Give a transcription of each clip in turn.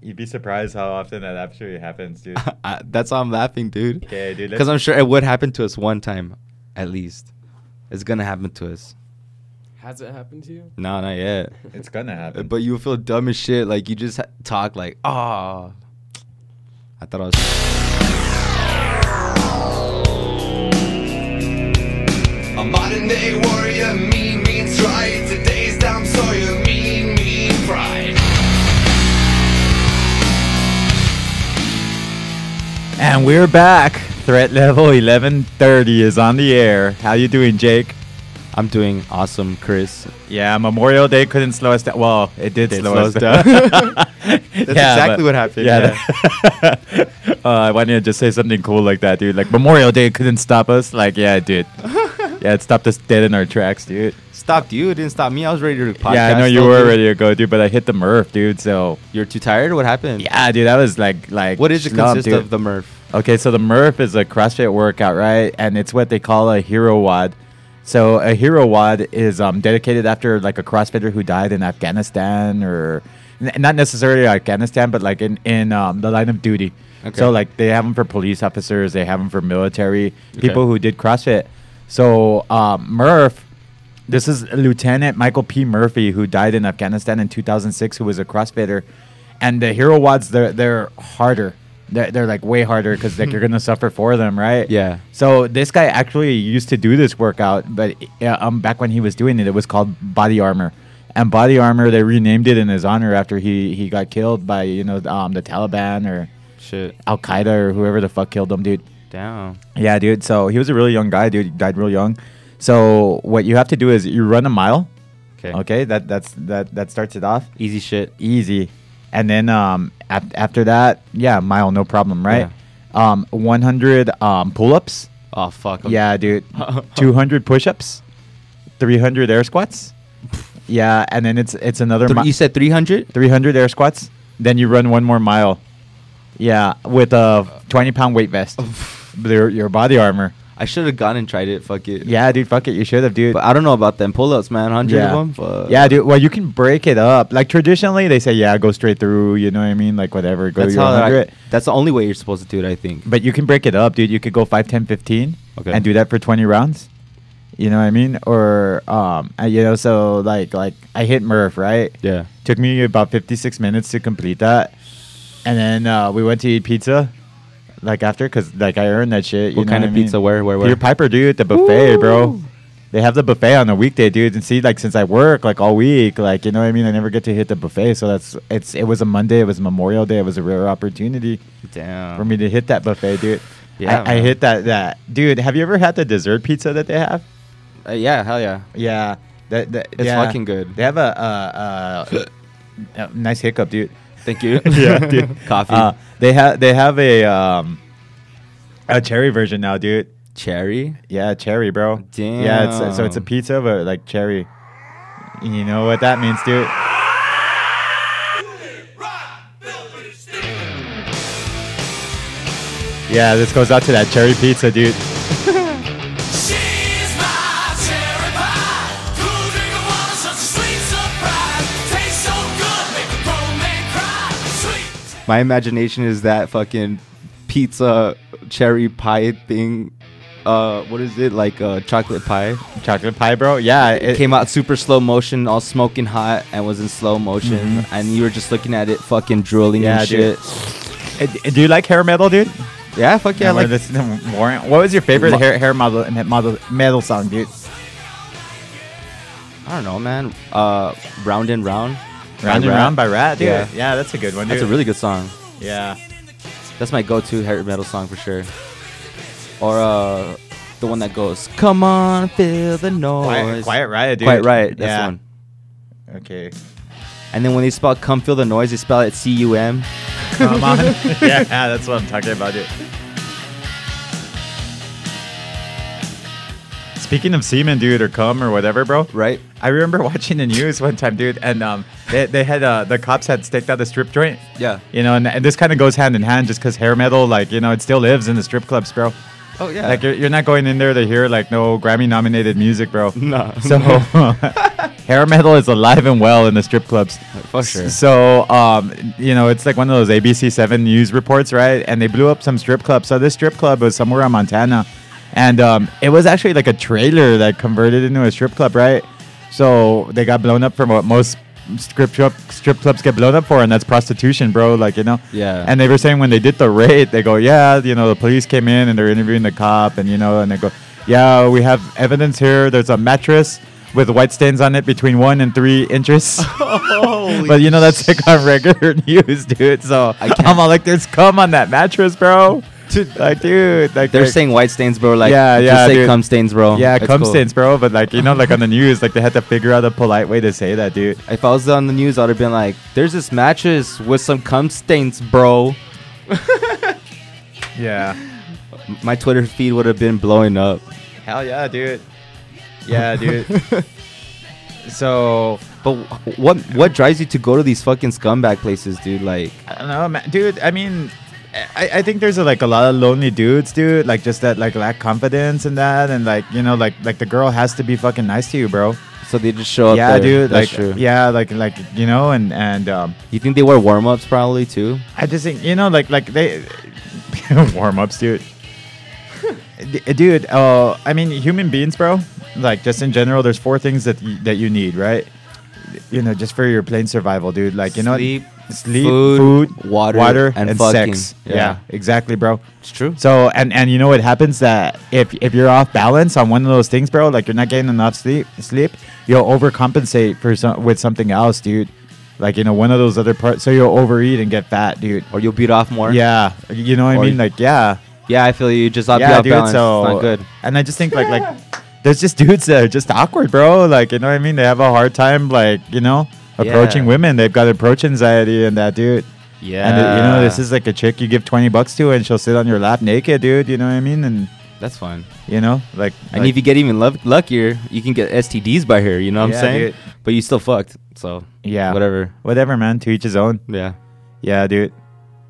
You'd be surprised how often that actually happens, dude. I- that's why I'm laughing, dude. Okay, dude. Because Because I'm sure it would happen to us one time, at least. It's gonna happen to us. Has it happened to you? No, not yet. it's gonna happen. But you feel dumb as shit. Like you just ha- talk like, ah. I thought I was. A modern day warrior, mean, mean stride. Today's Dom Sawyer, mean, mean pride. And we're back. Threat level 1130 is on the air. How you doing, Jake? I'm doing awesome, Chris. Yeah, Memorial Day couldn't slow us down. Well, it did It slow slow us us down. down. That's exactly what happened, that- uh, I wanted to just say something cool like that, dude. Like Memorial Day couldn't stop us. Like, yeah, it did. yeah, it stopped us dead in our tracks, dude. Stopped you. It didn't stop me. I was ready to podcast. yeah, I know you though, were dude. ready to go, dude, but I hit the Murph, dude. So You're too tired. What happened? yeah, dude, that was like like. What is it schlump, consist dude. of the Murph? Okay, so the Murph is a CrossFit workout, right? And it's what they call a hero wad. So a hero wad is um, dedicated after like a CrossFitter who died in Afghanistan or n- not necessarily Afghanistan, but like in, in um, the line of duty. Okay. So like they have them for police officers, they have them for military people Okay. who did CrossFit. So um, Murph, this is Lieutenant Michael P. Murphy who died in Afghanistan in 2006, who was a CrossFitter. And the hero wads, they're they're harder. They're, they're like way harder because like you're gonna suffer for them, right? Yeah. So this guy actually used to do this workout, but uh, um, back when he was doing it, it was called Body Armor. And Body Armor, they renamed it in his honor after he he got killed by you know um, the Taliban or Shit. Al Qaeda or whoever the fuck killed him, dude. Down. Yeah, dude. So he was a really young guy, dude. He died real young. So what you have to do is you run a mile. Okay. Okay, that that's that that starts it off Easy shit. easy, and then um af- after that, yeah, mile no problem, right? Um, 100 um pull-ups. Oh fuck. I'm- Yeah, dude. 200 push-ups, 300 air squats. Yeah, and then it's it's another Three- mi- you said 300? 300 air squats. Then you run one more mile. Yeah, with a 20-pound weight vest, your, your body armor. I should have gone and tried it. Fuck it. Yeah, dude, fuck it. You should have, dude. But I don't know about them pull-ups, man. Hundred yeah. of them. Fuck. yeah, dude. Well, you can break it up. Like traditionally, they say, yeah, go straight through. You know what I mean? Like whatever, go That's your how. that I- 100. that's the only way you're supposed to do it, I think. But you can break it up, dude. You could go 5, 10, 15 Okay. and do that for 20 rounds. You know what I mean? Or, um, uh, you know, so like, like I hit Murph, right? yeah. Took me about 56 minutes to complete that. And then uh, we went to eat pizza, like after, because like I earned that shit. you What know kind of I mean? pizza? Where? Where? Where? Peter Piper, dude, the buffet, bro. Ooh. They have the buffet on a weekday, dude. And see, like since I work like all week, like you know what I mean, I never get to hit the buffet. So that's it's it was a Monday, it was Memorial Day, it was a rare opportunity Damn. for me to hit that buffet, dude. Yeah, I, I man. hit that that dude. Have you ever had the dessert pizza that they have? Uh, yeah. Hell yeah. Yeah, that, that It's yeah. fucking good. They have a uh, uh, uh, nice hiccup, dude. Thank you. yeah, dude. Coffee. Uh, they have they have a um, a cherry version now, dude. Cherry. Yeah, cherry, bro. Yeah, it's, uh, so it's a Damn. pizza, but like cherry. You know what that means, dude? Yeah, this goes out to that cherry pizza, dude. She's my cherry pie. Cool drink of water, such a sweet surprise. Tastes so good, make a grown man cry. Sweet. My imagination is that fucking pizza cherry pie thing. Uh, what is it like? Uh, chocolate pie. Chocolate pie, bro. Yeah, It came out super slow motion, all smoking hot, and was in slow motion. And you were just looking at it, fucking drooling Mm-hmm. Yeah, and shit. dude. Uh, d- do you like hair metal, dude? Yeah, fuck yeah. I Remember like this Warren. What was your favorite Lo- hair hair model model metal song, dude? I don't know, man. Uh, round and round. Round and Rat. Round by Rat, dude. Yeah. Yeah, that's a good one. Dude. That's a really good song. yeah. That's my go-to heavy metal song for sure. Or uh, the one that goes, "Come on, feel the Quiet, noise." Quiet Riot, dude. Quiet Riot, That's yeah. the one. Okay. And then when they spell "Come feel the noise," they spell it C U M. Come on. yeah, that's what I'm talking about, dude. Speaking of semen, dude, or cum or whatever, bro. Right? I remember watching the news one time, dude, and um, they, they had uh, the cops had staked out the strip joint. Yeah. You know, and, and this kind of goes hand in hand just because hair metal, like, you know, it still lives in the strip clubs, bro. Oh, yeah. Like you're, you're not going in there to hear like no Grammy nominated music, bro. No. So hair metal is alive and well in the strip clubs. For sure. So um, you know, it's like one of those ABC seven news reports, right? And they blew up some strip club. So this strip club was somewhere in Montana, and um, it was actually like a trailer that converted into a strip club, right? So they got blown up for what most strip club strip clubs get blown up for, and that's prostitution, bro. Like you know. Yeah. And they were saying when they did the raid, they go, yeah, you know, the police came in and they're interviewing the cop, and you know, and they go, yeah, we have evidence here. There's a mattress with white stains on it between one and three inches. but you know, that's like on regular news, dude. So I'm all like, there's cum on that mattress, bro. Like, dude, like They're like- saying white stains, bro. Like, Yeah, just yeah, say dude. cum stains, bro. yeah, It's cum cool. stains, bro. But like, you know, like on the news, like they had to figure out a polite way to say that, dude. If I was on the news, I'd have been like, "There's this mattress with some cum stains, bro." Yeah. M- My Twitter feed would have been blowing up. Hell yeah, dude. Yeah, dude. so But wh- what what drives you to go to these fucking scumbag places, dude? Like, I don't know, man. dude. I mean, I, I think there's like a lot of lonely dudes, dude. Like just that like lack confidence and that, and like you know, like like the girl has to be fucking nice to you, bro. so they just show up. yeah, there. dude. That's like true. yeah, like like you know, and and um, You think they wear warm ups probably too? I just think you know, like like they warm ups, dude. D- dude, uh, I mean, human beings, bro. Like just in general, there's four things that y- that you need, right? You know, just for your plain survival, dude. Like you Sleep, know, sleep, food, food, water, and and, fucking. sex. Yeah. Yeah. exactly, bro. It's true. So and and you know what happens that if if you're off balance on one of those things, bro, like you're not getting enough sleep, sleep, you'll overcompensate for some with something else, dude. Like you know, one of those other parts, so you'll overeat and get fat, dude. Or you'll beat off more. Yeah, you know what Or- I mean. Like, yeah, Yeah, I feel you. Just not be yeah, off dude. balance. So it's not good. And I just think like like there's just dudes that are just awkward, bro. Like, you know what I mean? They have a hard time, like you know, approaching Yeah. women. They've got approach anxiety and that, dude. Yeah. And uh, you know, this is like a chick you give twenty bucks to, and she'll sit on your lap naked, dude. You know what I mean? And that's fun. you know, like, And like- if you get even luck luckier, you can get STDs by her. You know what Yeah, I'm saying? dude. But you still fucked. So yeah, whatever. whatever, man. To each his own. Yeah. Yeah, dude.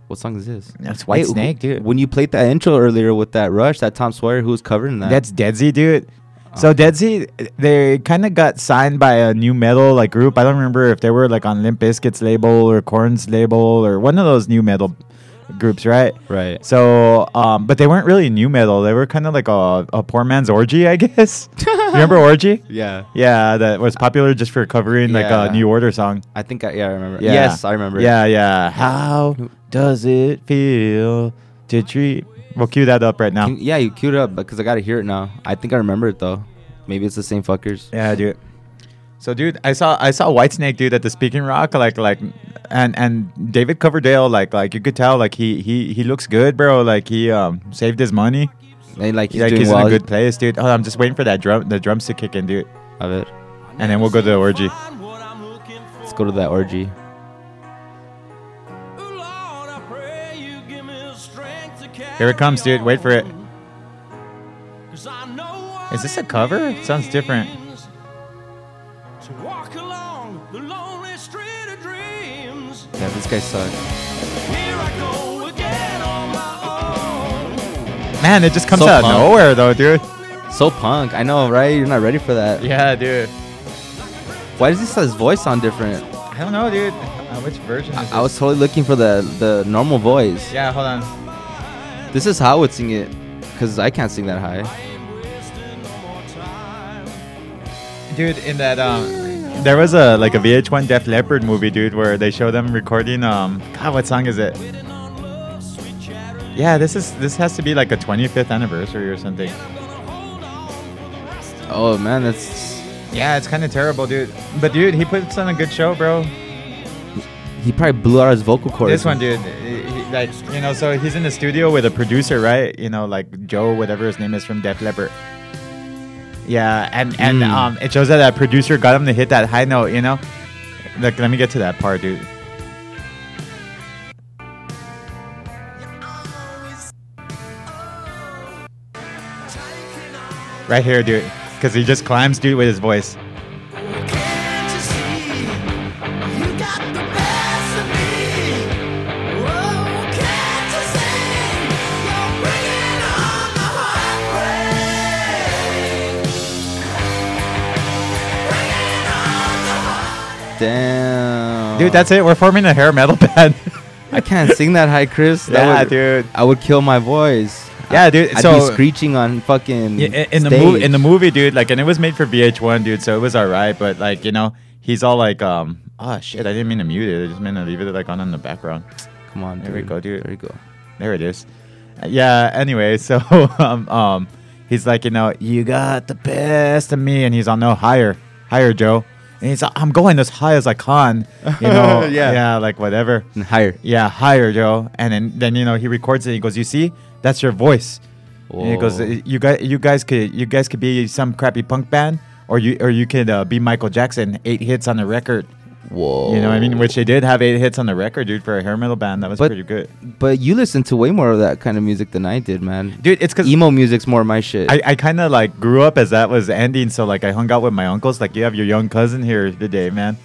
What song is this? That's Hey, who- When you played that intro earlier with that Rush, that Tom Sawyer, who was covering that? That's Deadsy, dude. So Deadsy, they kind of got signed by a new metal like group. I don't remember if they were like on Limp Bizkit's label or Korn's label or one of those new metal groups, right? right. So, um, but they weren't really new metal. They were kind of like a, a poor man's orgy, I guess. You remember orgy? Yeah. Yeah, that was popular just for covering like Yeah. a New Order song. I think I, yeah, I remember. Yeah. Yes, I remember. Yeah, yeah. How does it feel to treat? We'll cue that up right now. Can- yeah, you queued up because I gotta hear it now. I think I remember it though. Maybe it's the same fuckers. Yeah, dude. So, dude, I saw I saw Whitesnake, dude, at the Speaking Rock, like like, and and David Coverdale, like like you could tell, like he he he looks good, bro. Like he um saved his money, And like he's like doing he's well. in a good place, dude. Oh, I'm just waiting for that drum the drums to kick in, dude, I bet. and then we'll go to the orgy. Let's go to that orgy. Here it comes, dude. Wait for it. Is this a cover? It sounds different. Yeah, this guy sucks. Man, it just comes So out fun. of nowhere though, dude. So punk. I know, right? You're not ready for that. Yeah, dude. Why does this his voice sound different? I don't know, dude. Uh, which version is I was totally looking for the the normal voice. Yeah, hold on. This is how I would sing it, cause I can't sing that high. Dude, in that um there was a like a VH1 Def Leppard movie, dude, where they show them recording um God, what song is it? Yeah, this is this has to be like a 25th anniversary or something. Oh man, that's Yeah, it's kind of terrible, dude. But dude, he puts on a good show, bro. he probably blew out his vocal cords. This one, dude, he- he- like you know, so he's in the studio with a producer, right? You know, like Joe, whatever his name is from Def Leppard. Yeah, and and Mm. um, it shows that that producer got him to hit that high note, you know. Like, let me get to that part, dude. Oh, Right here, dude, because he just climbs, dude, with his voice. Damn. Dude, that's it. We're forming a hair metal band. I can't sing that high, Chris. That Yeah, would- dude. I would kill my voice. Yeah, I- dude, I'd so- be screeching on fucking. Yeah, i- in the stage. movie, in the movie, dude, like, and it was made for VH1, dude, so it was all right. But like, you know, he's all like, um, oh shit, I didn't mean to mute it. I just meant to leave it like on in the background. Come on, There we dude. go, dude. There we go. There it is. Uh, Yeah. Anyway, so um, um, he's like, you know, you got the best of me, and he's on no higher, higher, Joe. And he's, like, I'm going as high as I can, you know. Yeah. Yeah, like whatever. And higher. Yeah, higher, Joe. And then, then you know, he records it. He goes, you see, that's your voice. And he goes, Whoa. you guys, you guys could, you guys could be some crappy punk band, or you, or you could uh, be Michael Jackson, eight hits on the record. Whoa. You know, what I mean, which they did have eight hits on the record, dude, for a hair metal band. That was Oh. But- pretty good. But you listen to way more of that kind of music than I did, man. Dude, it's 'cause- emo music's more my shit. I, I kind of like grew up as that was ending, so like I hung out with my uncles. Like you have your young cousin here today, man.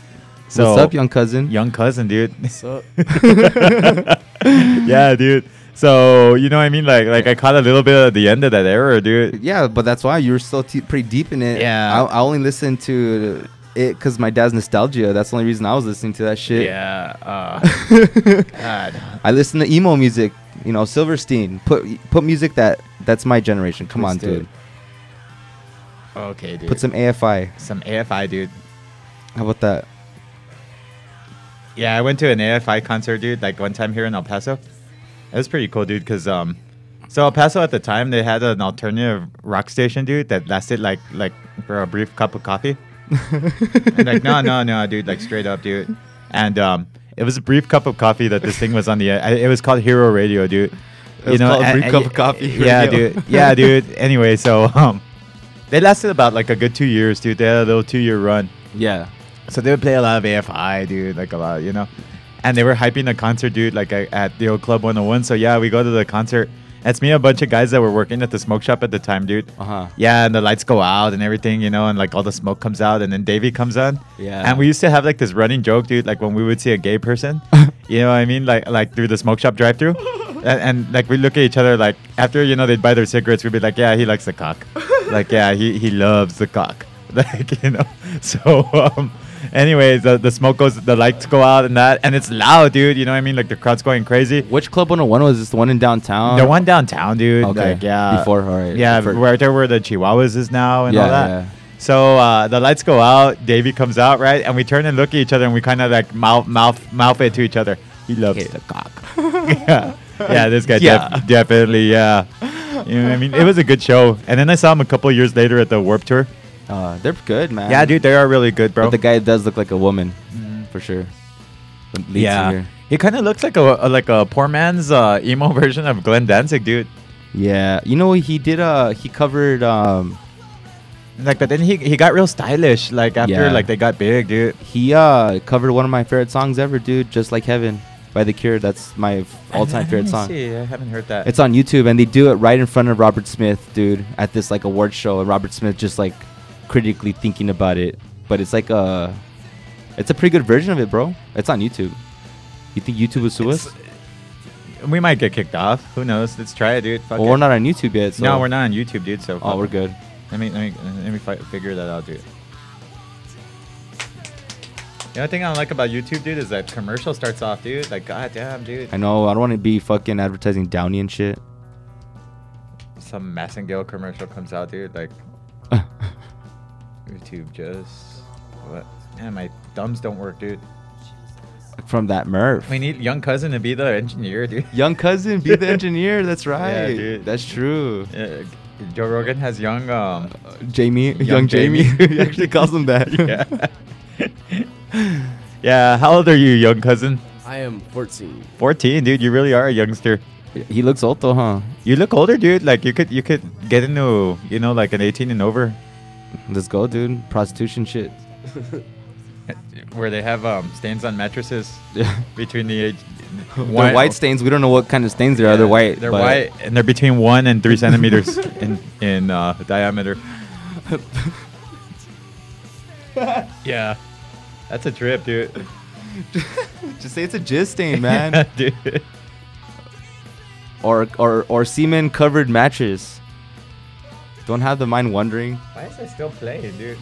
So What's up, young cousin? young cousin, dude? What's up? yeah, dude. So you know what I mean? Like like I caught a little bit of the end of that era, dude. Yeah, but that's why you were still te- pretty deep in it. Yeah. I, I only listened to it because my dad's nostalgia. That's the only reason I was listening to that shit. Yeah. Uh, God. I listen to emo music. You know, Silverstein. Put put music that that's my generation. Come on, Twisted. dude. Okay, dude. Put some AFI. some AFI, dude. How about that? Yeah, I went to an AFI concert, dude, like one time here in El Paso. It was pretty cool, dude, because um, so El Paso at the time they had an alternative rock station, dude, that lasted like like for a brief cup of coffee. and like no, no, no, dude, like straight up, dude. And um, it was a brief cup of coffee that this thing was on the. I- It was called Hero Radio, dude. It was called Brief Cup of Coffee Yeah, Radio. dude. Yeah, dude. Anyway, so um, they lasted about like a good two years, dude. They had a little two year run. Yeah. So they would play a lot of AFI, dude, like a lot, you know. And they were hyping the concert, dude, like a- at the old Club 101. So yeah, we go to the concert. It's me and a bunch of guys that were working at the smoke shop at the time, dude. Uh huh. Yeah, and the lights go out and everything, you know, and like all the smoke comes out, and then Davey comes on. Yeah. And we used to have like this running joke, dude, like when we would see a gay person, you know what I mean, like like through the smoke shop drive-through, and, and like we look at each other, like after you know they'd buy their cigarettes, we'd be like, yeah, he likes the cock, like yeah, he he loves the cock, like you know. So um, anyways, the, the smoke goes, the lights go out and that, and it's loud, dude. You know what I mean? Like the crowd's going crazy. Which Club 101 was this? The one in downtown? The one downtown, dude. Okay. Like, yeah. Before, all right. Yeah, Before- right there where the Chihuahuas is now and all Yeah, that. yeah. So uh, the lights go out. Davey comes out, right? And we turn and look at each other, and we kind of like mouth mouth mouth it to each other. He loves the cock. yeah. yeah, this guy Yeah. def- definitely. Yeah, you know what I mean. It was a good show. And then I saw him a couple years later at the Warp Tour. Uh, they're good, man. Yeah, dude, they are really good, bro. Mm-hmm. But the guy does look like a woman, for sure. The lead singer. he kind of looks like a, a- like a poor man's uh, emo version of Glenn Danzig, dude. Yeah. You know he did. Uh, he covered. Um, Like, but then he he got real stylish. Like after Yeah. like they got big, dude. he uh covered one of my favorite songs ever, dude. Just like heaven by The Cure. That's my f- all-time favorite song. See, I haven't heard that. It's on YouTube, and they do it right in front of Robert Smith, dude, at this like award show, and Robert Smith just like critically thinking about it. But it's like a, it's a pretty good version of it, bro. It's on YouTube. You think YouTube would sue us? we might get kicked off. Who knows? Let's try it, dude. Fuck Well, it. we're not on YouTube yet. So no, we're not on YouTube, dude. So Oh, fuck we're it. good. Let me let me let me fi- figure that out, dude. The only thing I don't like about YouTube, dude, is that commercial starts off, dude. Like, goddamn, dude. I know. I don't want to be fucking advertising Downey and shit. Some Massengill commercial comes out, dude. Like, YouTube just what? Man, my thumbs don't work, dude. From that Murph. We need young cousin to be the engineer, dude. Young cousin, be the engineer. That's right. dude. That's true. Uh, Joe Rogan has young um, Uh, Jamie, young, Jamie. Jamie. he actually calls him that. yeah. yeah. How old are you, young cousin? I am 14. 14, dude. You really are a youngster. He looks old though, huh? You look older, dude. Like you could you could get into you know like an 18 and over, Let's go, dude. Prostitution shit. where they have um, stains on mattresses between the age. They're white stains. We don't know what kind of stains they are. Yeah, They're white. They're but- white, and they're between one and three centimeters in in uh, diameter. yeah, that's a trip, dude. Just say it's a jizz stain, man. dude. or or or semen covered mattress. Don't have the mind wondering. Why is it still playing, dude?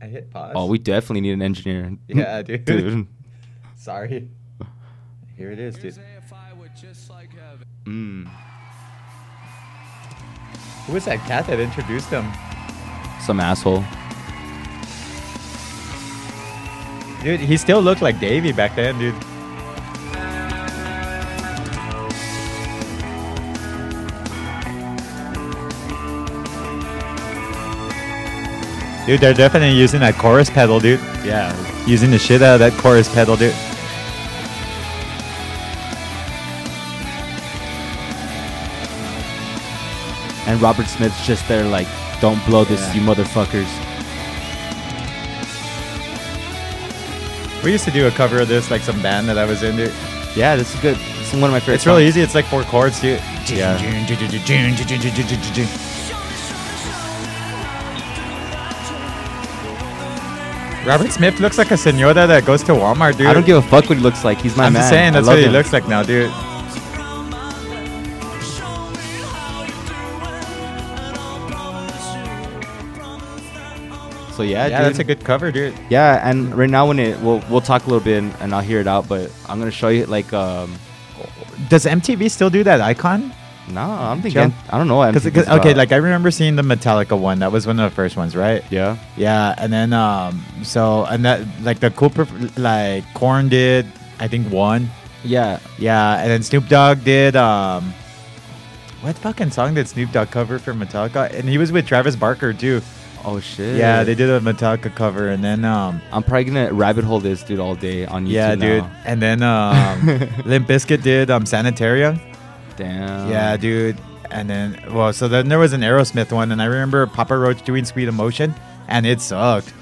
I hit pause? Oh, we definitely need an engineer. Yeah, dude. dude. Sorry. Here it is, dude. Mm. Who was that cat that introduced him? Some asshole. Dude, he still looked like Davey back then, dude. Dude, they're definitely using that chorus pedal, dude. Yeah, using the shit out of that chorus pedal, dude. And Robert Smith's just there, like, don't blow this, Yeah. you motherfuckers. We used to do a cover of this, like some band that I was in, dude. Yeah, this is good. This is one of my favorite. It's really songs. easy. It's like four chords, dude. Yeah. Robert Smith looks like a senora that goes to Walmart, dude. I don't give a fuck what he looks like. He's my I'm man. just saying I that's love what he him. looks like now, dude. So yeah, yeah, dude. that's a good cover, dude. Yeah, and right now when it we'll we'll talk a little bit and, and I'll hear it out, but I'm gonna show you like um Does MTV still do that icon? no, I'm Joe? thinking I don't know. what Because MTV is okay, about. like I remember seeing the Metallica one. That was one of the first ones, right? yeah, Yeah, and then um, so and that like the cool perf- like Corn did, I think one. yeah. Yeah, and then Snoop Dogg did um, what fucking song did Snoop Dogg cover for Metallica? And he was with Travis Barker too. Oh shit. Yeah, they did a Metallica cover, and then um, I'm probably gonna rabbit hole this dude all day on YouTube. yeah, dude, now. and then um, Limp Bizkit did um Sanitarium. Damn. Yeah, dude. And then, well, so then there was an Aerosmith one, and I remember Papa Roach doing Sweet Emotion, and it sucked.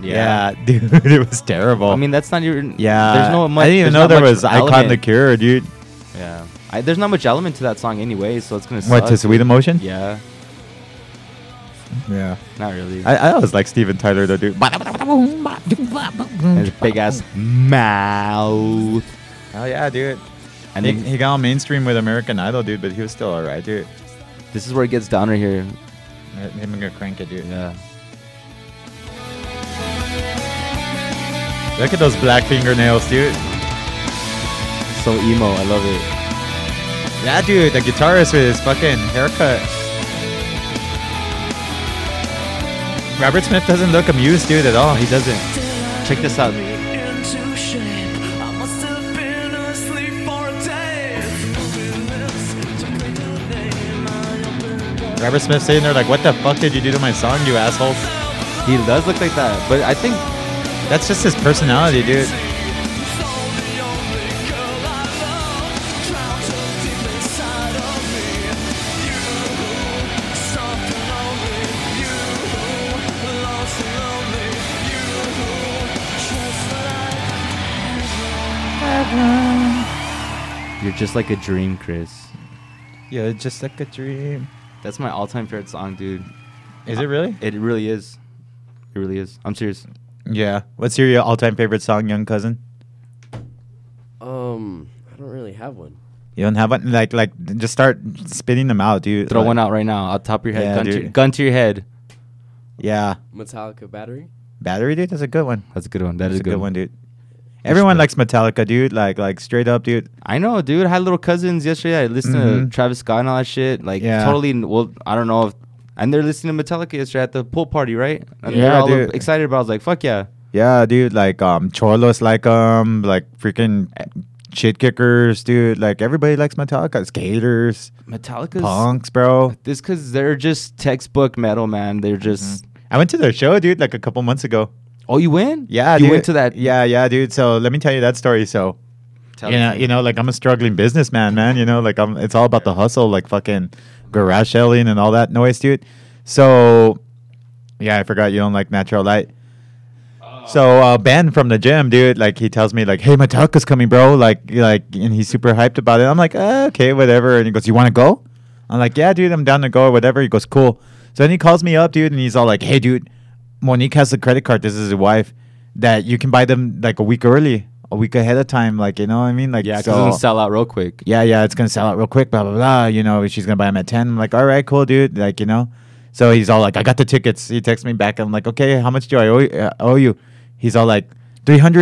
Yeah. Yeah, dude, it was terrible. I mean that's not even yeah, There's no much. I didn't even there's know not there much was Icon the element. Cure, dude. Yeah. I, there's not much element to that song anyway, so it's gonna. What suck. to Sweet Emotion? Yeah. yeah. Not really. I, I always like Steven Tyler though, dude. And his big ass mouth. Hell yeah, dude. And And he, then- he got on mainstream with American Idol, dude, but he was still alright, dude. This is where it gets down right here. Him and gonna crank it, dude. Yeah. Look at those black fingernails, dude. So emo. I love it. Yeah, dude, the guitarist with his fucking haircut. Robert Smith doesn't look amused, dude, at all. He doesn't. Check this out. Robert Smith's sitting there like, what the fuck did you do to my song, you assholes? He does look like that, but I think That's just his personality, dude. you're just like a dream, Chris. Yeah, just like a dream. That's my all-time favorite song, dude. Is it really? It really is. It really is. I'm serious. Yeah. What's your all-time favorite song, young cousin? Um, I don't really have one. You don't have one? Like, like, just start spitting them out, dude. Throw Like, one out right now, out top of your head. Yeah, gun, to dude. your, gun to your head. Yeah. Metallica Battery. Battery, dude. That's a good one. That's a good one. That's a good, one, dude. Respect. Everyone likes Metallica, dude. Like, like straight up, dude. I know, dude. I had little cousins yesterday. I listened to Mhm. Travis Scott and all that shit. Like, Yeah. totally. Well, I don't know if. And they're listening to Metallica yesterday at the pool party, right? And they're Yeah, all dude. excited about. It. I was like, "Fuck yeah!" Yeah, dude. Like, um, Cholos like um, like freaking shit kickers, dude. Like everybody likes Metallica. Skaters, Metallica's punks, bro. This because they're just textbook metal, man. They're just. I went to their show, dude, like a couple months ago. Oh, you win? Yeah, you dude. went to that. Yeah, yeah, dude. So let me tell you that story. So, Tell you know, us. you know, like I'm a struggling businessman, man. You know, like I'm. It's all about the hustle, like fucking garage selling and all that noise, dude. So, yeah, I forgot you don't like natural light. So uh, Ben from the gym, dude, like he tells me like, "Hey, Metallica's coming, bro!" Like, like, and he's super hyped about it. I'm like, "Ah, "Okay, whatever." And he goes, "You want to go?" I'm like, "Yeah, dude, I'm down to go or whatever." He goes, "Cool." So then he calls me up, dude, and he's all like, "Hey, dude, Monique has a credit card. This is his wife that you can buy them like a week early, a week ahead of time. Like, you know what I mean? Like, Yeah, because so- it'll sell out real quick. yeah, yeah, it's gonna sell out real quick, blah blah blah. You know, she's gonna buy them at ten. I'm like, all right, cool, dude. Like, you know. So he's all like, I got the tickets. He texts me back. I'm like, okay, how much do I owe you? Uh, owe you? He's all like,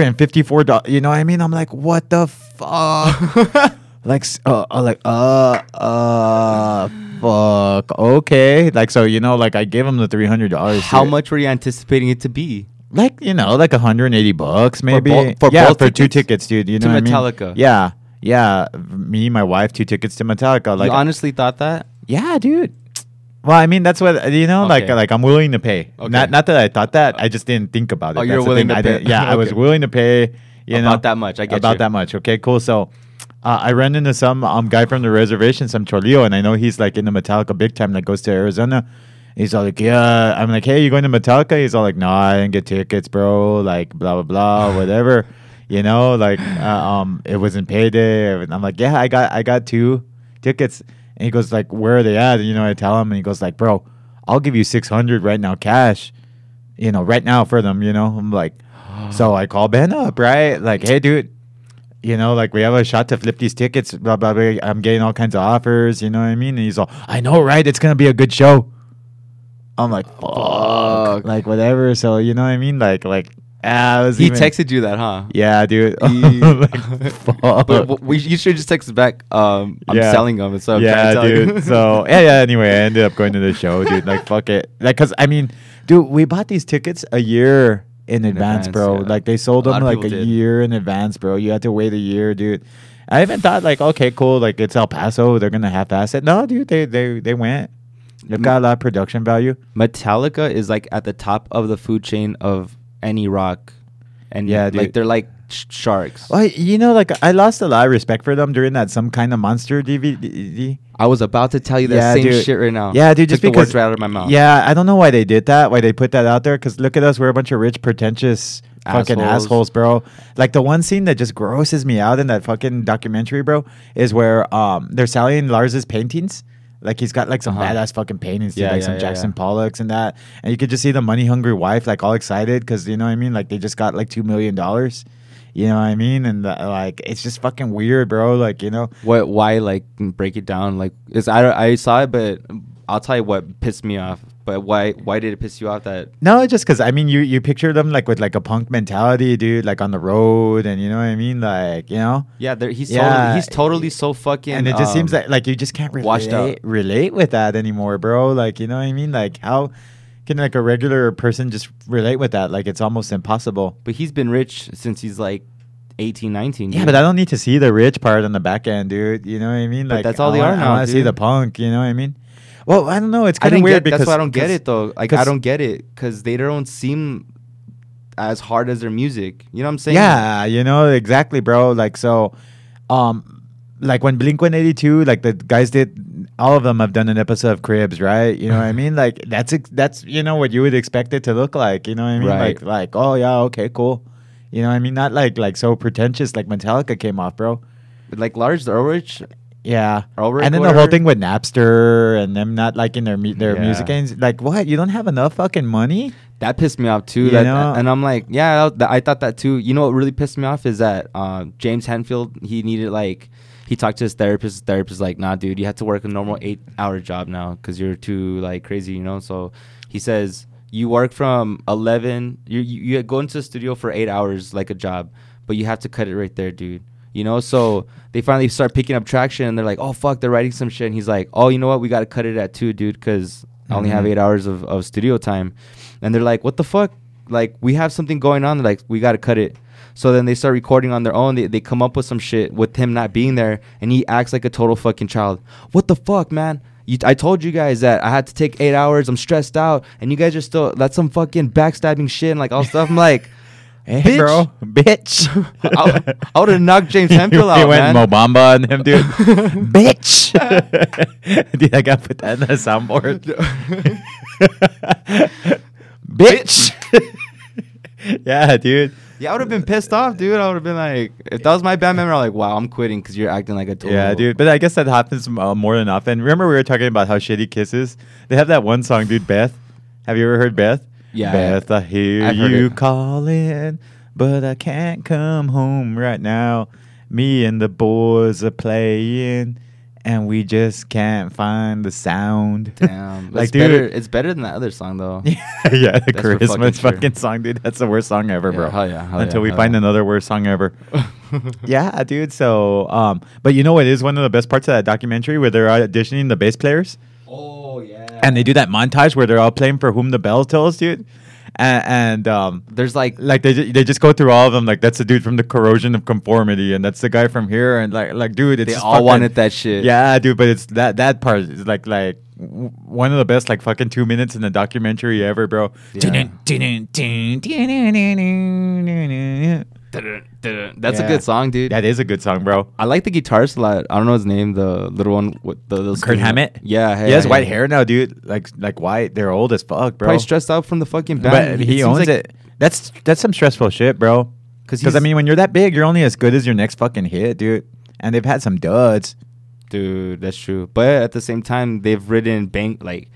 $354. You know what I mean? I'm like, what the fuck? like, s- uh, uh, like, uh, uh, fuck. Okay. Like, so, you know, like I gave him the $300. How dude. much were you anticipating it to be? Like, you know, like 180 bucks maybe. bo- for yeah, both for two tickets? tickets, dude. You To know what I mean? Metallica. Yeah. Yeah. Me, my wife, two tickets to Metallica. Like, you honestly thought that? yeah, dude. Well, I mean, that's what you know. Like, Okay. like I'm willing to pay. Okay. Uh, Not, not that I thought that. I just didn't think about it. Oh, That's you're the willing thing. to I pay. didn't- Yeah, I was Okay. willing to pay. You know, About that much. I get about you. that much. Okay, cool. So, uh, I ran into some um guy from the reservation, some Cholillo, and I know he's like into Metallica big time. That goes to Arizona. He's all like, yeah. I'm like, hey, you going to Metallica? He's all like, no, I didn't get tickets, bro. Like, blah blah blah, whatever. you know, like, uh, um, it wasn't payday. And I'm like, yeah, I got, I got two tickets. And he goes like, where are they at? And, you know, I tell him, and he goes like, bro, I'll give you 600 right now, cash you know, right now for them, you know. I'm like, so I call Ben up, right? Like, hey, dude, you know, like we have a shot to flip these tickets, blah, blah, blah. I'm getting all kinds of offers, you know what I mean? And he's all, I know, right? It's going to be a good show. I'm like, fuck. Like, whatever. So, you know what I mean? Like, like, ah, I was He even- texted you that, huh? Yeah, dude. He- Like, fuck. But w- we, you should just text back. Um, I'm Yeah. selling them. So I'm trying to yeah, tell you. dude. so yeah, yeah. Anyway, I ended up going to the show, dude. Like fuck it, like cause I mean, dude, we bought these tickets a year in, advance, advance, bro. yeah. Like they sold A lot them of like a people did. year in advance, bro. You had to wait a year, dude. I even thought like, okay, cool, like it's El Paso, they're gonna half ass it. No, dude, they they they went. Mm. They've got a lot of production value. Metallica is like at the top of the food chain of any rock, and Yeah, yeah, like dude. they're like sh- sharks. Well, you know, like I lost a lot of respect for them during that some kind of monster DVD. I was about to tell you that same shit right now. Yeah, dude, just Took the because words right out of my mouth. Yeah, I don't know why they did that, why they put that out there. Because look at us, we're a bunch of rich, pretentious fucking Assholes. assholes, bro. Like the one scene that just grosses me out in that fucking documentary, bro, is where um they're selling Lars's paintings. Like he's got like some Uh-huh. badass fucking paintings, dude, Yeah, like yeah, some yeah, Jackson yeah. Pollocks and that, and you could just see the money hungry wife like all excited because you know what I mean. Like they just got like two million dollars. You know what I mean? And uh, like, it's just fucking weird, bro. Like, you know, What? Why? Like break it down. Like is I I saw it, but I'll tell you what pissed me off. But why? Why did it piss you off? That No, just because I mean, you you picture them like with like a punk mentality, dude, like on the road, and you know what I mean, like you know. yeah, they're, he's Yeah. totally, he's totally so fucking. And it just seems um, like like you just can't relate washed up. relate with that anymore, bro. Like you know what I mean? Like how can like a regular person just relate with that? Like it's almost impossible. But he's been rich since he's like 18, 19. Yeah, dude. but I don't need to see the rich part on the back end, dude. You know what I mean? But Like that's all I they are wanna- I now, wanna see dude. the punk. You know what I mean? Well, I don't know. It's I kind of didn't weird get, because that's why I don't get 'cause- it though. Like 'cause- I don't get it because they don't seem as hard as their music. You know what I'm saying? Yeah, you know exactly, bro. Like so, um, like when Blink One Eighty Two, like the guys did, all of them have done an episode of Cribs, right? You know what I mean? Like that's ex- that's you know what you would expect it to look like. You know what I mean? Right. Like like oh yeah okay cool. You know what I mean? Not like like so pretentious like Metallica came off, bro. But, like Lars Ulrich. Yeah. Ulrich, and then the whole whatever. thing with Napster and them not liking their mu- their Yeah. music games. Like what? You don't have enough fucking money? That pissed me off too. You That, know- and I'm like, yeah, that- I thought that too. You know what really pissed me off is that uh, James Hanfield. He needed like, he talked to his therapist. His therapist was like, nah, dude, you have to work a normal eight-hour job now because you're too like crazy, you know. So he says you work from eleven. You you, you go into the studio for eight hours like a job, but you have to cut it right there, dude. You know, so they finally start picking up traction, and they're like, "Oh fuck, they're writing some shit." And he's like, "Oh, you know what? We got to cut it at two, dude, because I only have Mhm. eight hours of, of studio time. And they're like, what the fuck? Like, we have something going on. They're like, we got to cut it. So then they start recording on their own. They, they come up with some shit with him not being there. And he acts like a total fucking child. What the fuck, man? You, I told you guys that I had to take eight hours. I'm stressed out. And you guys are still, that's some fucking backstabbing shit and like all stuff. I'm like, Hey, Bitch. bro, bitch. I, I would have knocked James He- Hempel out, He man. went Mobamba on him, dude. Bitch. dude, I gotta put that in the soundboard. Bitch. yeah, dude. Yeah, I would have been pissed off, dude. I would have been like, if that was my band member, I'm like, wow, I'm quitting because you're acting like a total. Yeah, dude. But I guess that happens uh, more than often. Remember, we were talking about how shitty kisses. They have that one song, dude. Beth. Have you ever heard Beth? Yeah, Beth, I hear I've heard you it. calling, but I can't come home right now. Me and the boys are playing, and we just can't find the sound. Damn. like, it's better. dude. It's better than that other song though. yeah, the That's for fucking Christmas sure. fucking, song, dude. That's the worst song ever, Yeah, bro. hell yeah, hell Until yeah, we hell find yeah. another worst song ever. yeah, dude. So, um, but you know what is one of the best parts of that documentary where they're auditioning the bass players Oh yeah. and they do that montage where they're all playing for whom the bell tolls, dude. And, and um, there's like like they ju- they just go through all of them. Like that's the dude from the Corrosion of Conformity, and that's the guy from here, and like like dude, it's they just all fucking- wanted that shit. Yeah, dude, but it's that that part is like like w- one of the best like fucking two minutes in the documentary ever, bro. Yeah. That That's a good song, dude. is a good song, bro. I like the guitarist a lot. I don't know his name. The little one with the little Kurt skinny- Hammett. Yeah, he has yeah, white yeah. hair now, dude. Like like white. They're old as fuck, bro. Probably stressed out from the fucking band. But he owns it. That's that's some stressful shit, bro. 'Cause Because I he's- mean, when you're that big, you're only as good as your next fucking hit, dude. And they've had some duds. dude. That's true. But at the same time, they've written bang like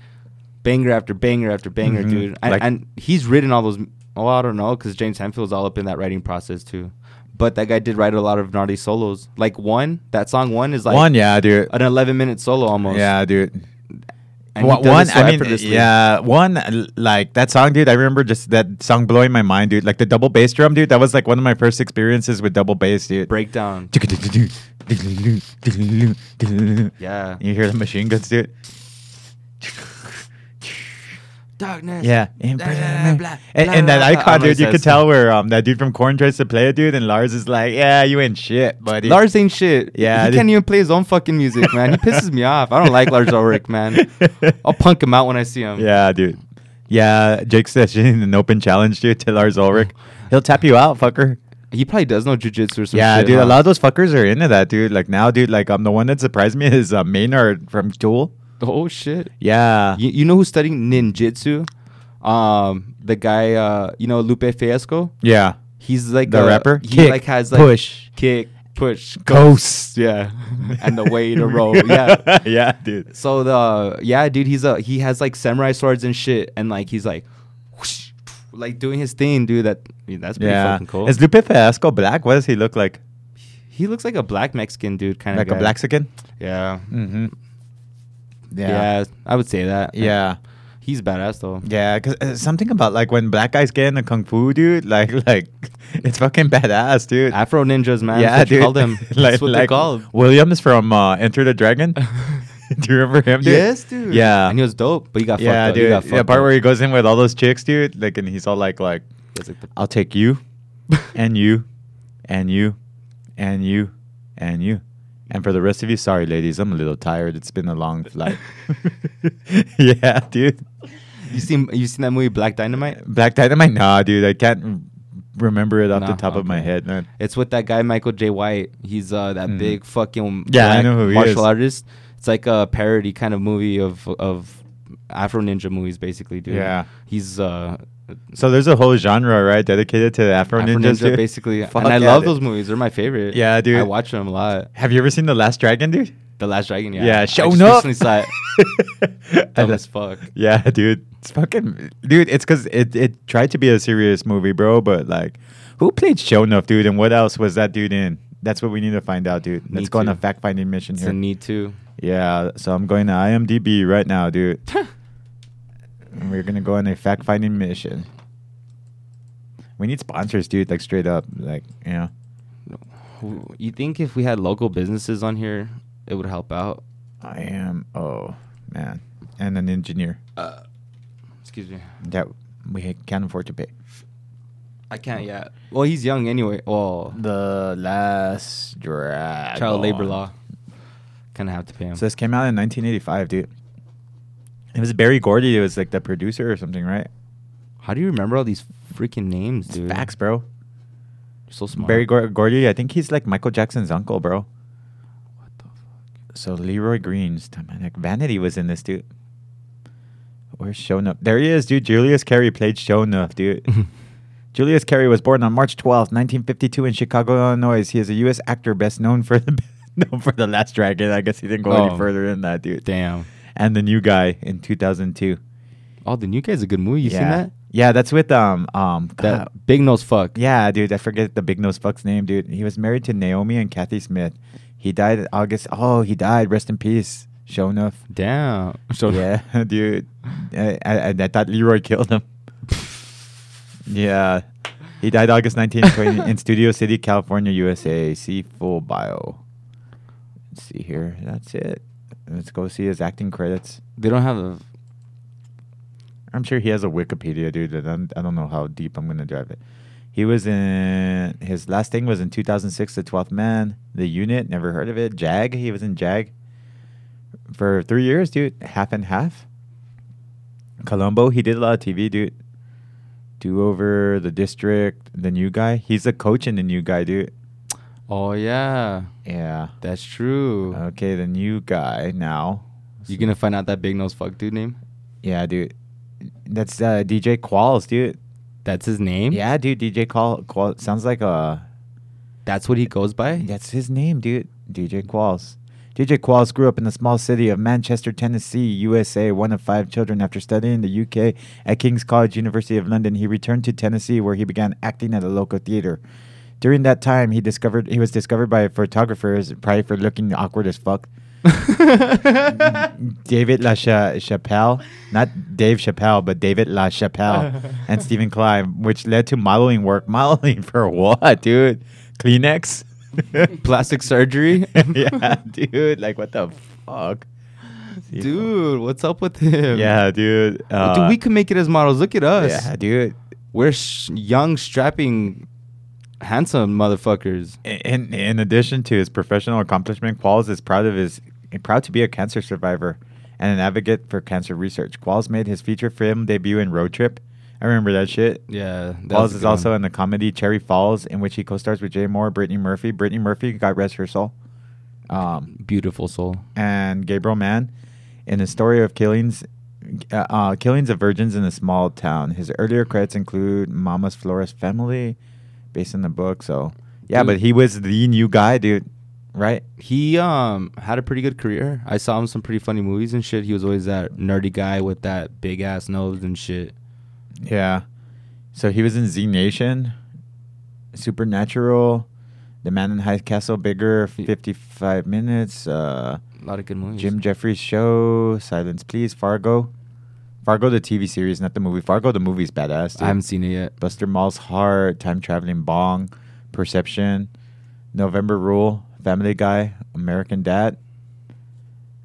banger after banger after banger, Mhm. dude. And, Like- and he's written all those. Oh, I don't know, because James Hanfield's all up in that writing process too. But that guy did write a lot of naughty solos. Like one, that song one is like One, yeah, dude. an 11 minute solo almost. Yeah, dude. and he one, does it one- so I mean, effortlessly. yeah, one l- like that song, dude. I remember just that song blowing my mind, dude. Like the double bass drum, dude. That was like one of my first experiences with double bass, dude. breakdown. Yeah, You hear the machine guns, dude. darkness. Yeah, and, Blah, blah, blah, and, blah, and that blah, blah. icon, Amor dude, you says could tell where um that dude from Corn tries to play it, dude, and Lars is like, "Yeah, you ain't shit, buddy." Lars ain't shit. Yeah, he dude. can't even play his own fucking music, man. He pisses me off. I don't like Lars Ulrich, man. I'll punk him out when I see him. Yeah, dude. Yeah, Jake session an open challenge, dude, to Lars Ulrich. He'll tap you out, fucker. He probably does know jujitsu or some yeah, shit. dude. huh? A lot of those fuckers are into that, dude. Like now, dude. Like um, the one that surprised me is uh, Maynard from Tool. Oh shit. Yeah. You, you know who's studying ninjitsu? Um, the guy, uh, you know Lupe Fiasco. Yeah. He's like The a- rapper? He Kick, like has like push. kick, push, Ghost. Yeah, and the way to roll. Yeah. yeah, dude. So the yeah, dude, he's a he has like samurai swords and shit, and like he's like, whoosh, like doing his thing, dude. That that's pretty Yeah. fucking cool. Is Lupe Fiasco black? What does he look like? he looks like a black Mexican dude, kind of Like a black skin? Yeah. Mm-hmm. yeah, Yeah. I would say that. Yeah. he's badass though. Yeah, cause uh, something about like when black guys get into kung fu, dude. Like, like it's fucking badass, dude. Afro ninjas, man. Yeah, dude. Call them. that's what they call them. Williams from uh, Enter the Dragon. Do you remember him, dude? Ah, Yes, dude. Yeah. and he was dope, but he got yeah, fucked up. He dude. got Yeah, fucked part up. where he goes in with all those chicks, dude. Like, and he's all like, like, It's like the- I'll take you, and you, and you, and you, and you, and for the rest of you, sorry, ladies, I'm a little tired. It's been a long flight. yeah, dude. you seen you seen that movie Black Dynamite? Black Dynamite? Nah, dude. I can't r- remember it off Nah, the top of my okay. head, man. It's with that guy Michael J. White. He's uh that Mhm. big fucking Yeah, I know who he martial is. artist. It's like a parody kind of movie of of Afro Ninja movies, basically, dude. Yeah. he's uh So there's a whole genre, right, dedicated to Afro, Afro Ninjas, Ninja, dude? basically, Fuck and I yeah, love dude. those movies. They're my favorite. Yeah, dude. I watch them a lot. Have you ever seen The Last Dragon, dude? The Last Dragon, yeah. Yeah, I show just no- recently saw it. I Dumb lo- as fuck. Yeah, dude. It's fucking dude, it's cause it, it tried to be a serious movie, bro, but like who played Shonuff, dude, and what else was that dude in? That's what we need to find out, dude. Me Let's go on a too. fact finding mission It's here. a need to. yeah, so I'm going to IMDB right now, dude. and we're gonna go on a fact finding mission. We need sponsors, dude, like straight up. Like, you know. Who- You think if we had local businesses on here, it would help out? I am oh man. And an engineer Excuse me. that we can't afford to pay. I can't yet. Well, he's young anyway. Well, The last dragon. child labor law. Kind of have to pay him. So this came out in 1985, dude. It was Barry Gordy. It was like the producer or something, right? How do you remember all these freaking names, It's dude? facts, bro. You're so smart. Barry Gor- Gordy. I think he's like Michael Jackson's uncle, bro. What the fuck? So Leroy Green's Dominic Vanity was in this, dude. Where's Shonuff? There he is, dude. Julius Carey played Shonuff, dude. Julius Carey was born on March 12th, 1952, in Chicago, Illinois. He is a U.S. actor best known for the known for The Last Dragon. I guess he didn't go Oh. any further than that, dude. Damn. and the new guy in 2002. Oh, the new guy's a good movie. You yeah. seen that? Yeah, that's with um um That God. big nose fuck. yeah, dude, I forget the big nose fuck's name, dude. He was married to Naomi and Kathy Smith. He died August. Oh, he died. Rest in peace. Show enough. Damn. So Yeah, dude. I, I, I thought Leroy killed him. yeah. He died August 19th 20 in Studio City, California, USA. See full bio. Let's see here. That's it. Let's go see his acting credits. they don't have a. I'm sure he has a Wikipedia, dude. And I'm, I don't know how deep I'm gonna drive it. He was in his last thing was in 2006, The Twelfth Man, The Unit. Never heard of it. Jag. He was in Jag for three years, dude. Half and half. Columbo. He did a lot of TV, dude. Do over the district. The new guy. He's a coach in the new guy, dude. Oh yeah, Yeah. that's true. Okay, the new guy now. you gonna find out that big nose fuck dude name? Yeah, dude. That's uh, DJ Qualls, dude. That's his name. Yeah, dude, DJ Qual, Qual sounds like a That's what he goes by. that's his name, dude. DJ Qualls. DJ Qualls grew up in the small city of Manchester, Tennessee, USA, one of five children. After studying in the UK at King's College, University of London, he returned to Tennessee where he began acting at a local theater. During that time, he discovered he was discovered by photographers probably for looking awkward as fuck. David LaChapelle, not Dave Chappelle, but David LaChapelle and Stephen Clive, which led to modeling work. Modeling for what, dude? Kleenex? Plastic surgery. yeah, dude. Like, what the fuck? dude, what's up with him? Yeah, dude. Uh, dude, we could make it as models. Look at us. Yeah, dude. We're sh- young, strapping, handsome motherfuckers. In in addition to his professional accomplishment, Qualls is proud of his proud to be a cancer survivor and an advocate for cancer research. Qualls made his feature film debut in Road Trip. I remember that shit. Yeah. that Qualls was a is good also one. in the comedy Cherry Falls, in which he co-stars with Jay Moore, Brittany Murphy. Brittany Murphy, God rest her soul. Um, beautiful soul. and Gabriel Mann in a story of killings, uh, uh, killings of virgins in a small town. His earlier credits include Mama's Flores Family, based on the book. So yeah, Dude. but he was the new guy, dude. Right? He um had a pretty good career. I saw him in some pretty funny movies and shit. He was always that nerdy guy with that big ass nose and shit. Yeah. So he was in Z Nation, Supernatural, The Man in High Castle, Bigger, Ye- Fifty Five Minutes. Uh, A lot of good movies. Jim Jeffries Show, Silence Please, Fargo. Fargo, the TV series, not the movie. Fargo, the movie's badass. I Dude. haven't seen it yet. Buster Mall's Heart, Time Traveling Bong, Perception, November Rule, Family Guy, American Dad,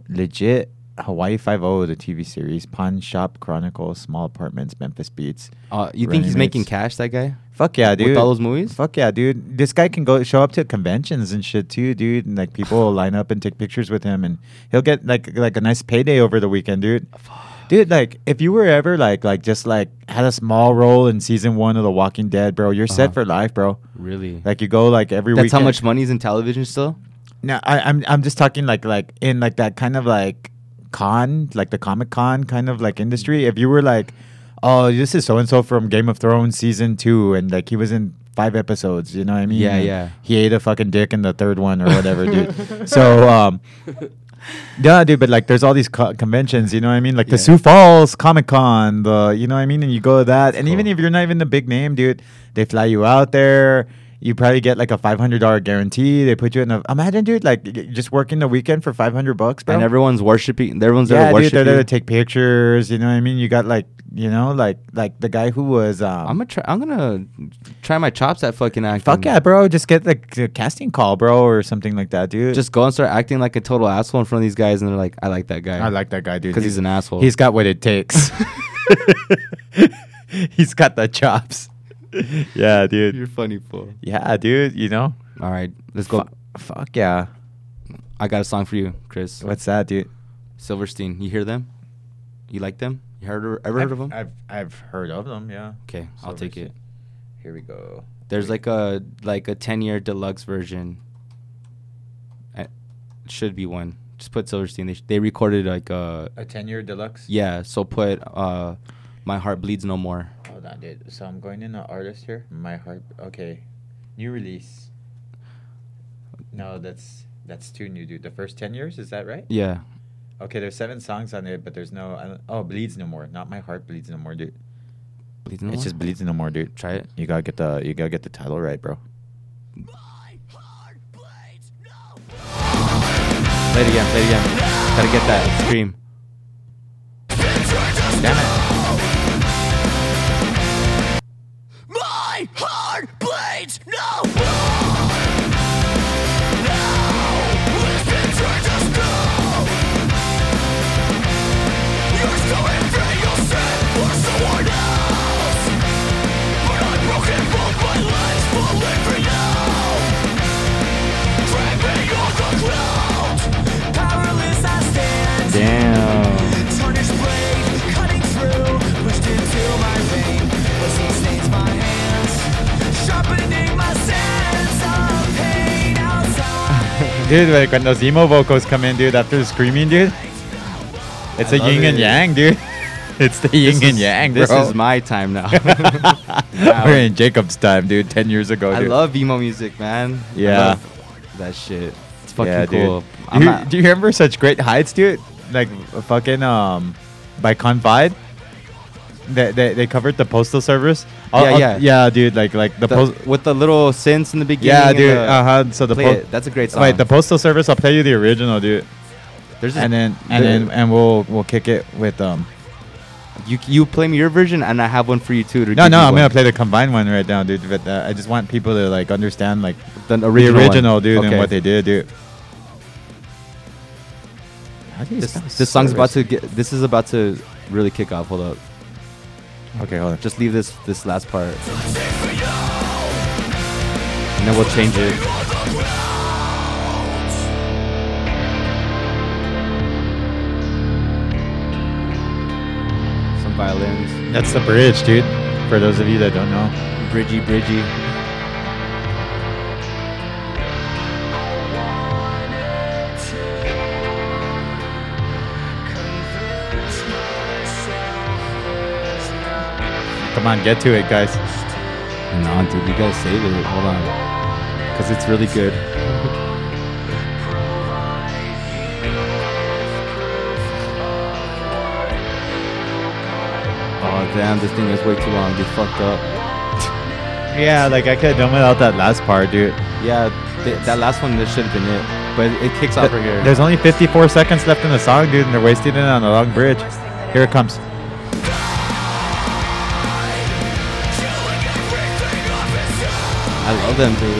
Legit, Hawaii Five O, the TV series, Pawn Shop Chronicles, Small Apartments, Memphis Beats. Uh, you think he's Running making Mates. cash, that guy? Fuck yeah, dude! With all those movies? Fuck yeah, dude! This guy can go show up to conventions and shit too, dude. And like people will line up and take pictures with him, and he'll get like like a nice payday over the weekend, dude. Dude, like if you were ever like like just like had a small role in season one of The Walking Dead, bro, you're set Uh-huh. for life, bro. Really? Like you go like every That's weekend. how much money's in television still? No, I, I'm I'm just talking like like in like that kind of like con, like the Comic Con kind of like industry. If you were like, oh, this is so and so from Game of Thrones season two, and like he was in five episodes, you know what I mean? Yeah, And yeah. He ate a fucking dick in the third one or whatever, dude. So um. Yeah, dude, but like, there's all these co- conventions, you know what I mean? Like the Yeah. Sioux Falls Comic Con, the you know what I mean, and you go to that, and even cool. if you're not even the big name, dude, they fly you out there. You probably get like a five hundred dollar guarantee. They put you in a. Imagine, dude, like y- just working the weekend for five hundred bucks, bro. And everyone's worshiping. Everyone's there yeah, dude, worshiping. they're there to take pictures. You know what I mean? You got like, you know, like like the guy who was. Um, I'm gonna try. I'm gonna try my chops at fucking acting. fuck yeah, bro. Just get like a casting call, bro, or something like that, dude. Just go and start acting like a total asshole in front of these guys, and they're like, "I like that guy." I like that guy, dude. 'Cause he's an asshole. He's got what it takes. he's got the chops. yeah, dude. funny fool. Yeah, dude. You know. All right, let's go. Fu- fuck yeah. I got a song for you, Chris What's that, dude? Silverstein. You hear them? You like them? You heard ever heard of them? I've I've heard of them. Yeah. okay, I'll take it. Here we go. There's like a like a ten year deluxe version. I, should be one. Just put Silverstein. They, sh- they recorded like uh a ten-year deluxe. yeah. So put uh, my heart bleeds no more. Hold on, dude. So I'm going in the artist here. My heart. Okay. New release. No, that's that's too new, dude. The first ten years, is that right? Yeah. Okay, there's seven songs on it, but there's no. I don't- Oh, bleeds no more. Not my heart bleeds no more, dude. Bleeds no It's more? just bleeds no more, dude. Try it. You gotta get the you gotta get the title right, bro. My heart bleeds no Play it again. Play it again. Gotta get that scream. Damn it. My heart bleeds no Damn. Tarnished blade cutting through, pushed into my vein. Blood stains my hands, sharpening my sense of pain outside. Dude, like when those emo vocals come in, dude, after the screaming, dude, it's a love yin and it. yang, dude. It's the yin This and is- yang, bro. This is my time now. We're in Jacob's time, dude. Ten years ago, I dude. love emo music, man. I Yeah. love that shit. It's fucking yeah, dude. cool. Do, I'm you, not- do you remember such great heights, dude? Like uh, fucking um, by Confide. They, they, they covered the postal service. Oh, Yeah, oh, yeah. yeah, dude. Like like the, the- post. with the little synths in the beginning. Yeah, and dude. the- Uh huh. So the play po- it. That's a great song. wait, the postal service. I'll play you the original, dude. There's this- And then and the- then and we'll we'll kick it with um. you you play me your version, and I have one for you too. to No, give no, you I'm gonna one. play the combined one right now, dude. But uh, I just want people to like understand like the original, the one. original, dude, and Okay. what they did, dude. How do you This, spell this song's about to service? get. This is about to really kick off. Hold up. Okay, hold on. Just leave this this last part, and then we'll change it. Some violins, That's the bridge, dude. For those of you that don't know, bridgy, bridgy. come on, get to it, guys. No, dude, you gotta save it. Hold on, cause it's really good. Oh damn, this thing is way too long. They fucked up. Yeah, like I could have done without that last part, dude. Yeah, th- that last one this should have been it, but it kicks off right here. There's only 54 seconds left in the song, dude, and they're wasting it on a long bridge. Here it comes. I love them, dude.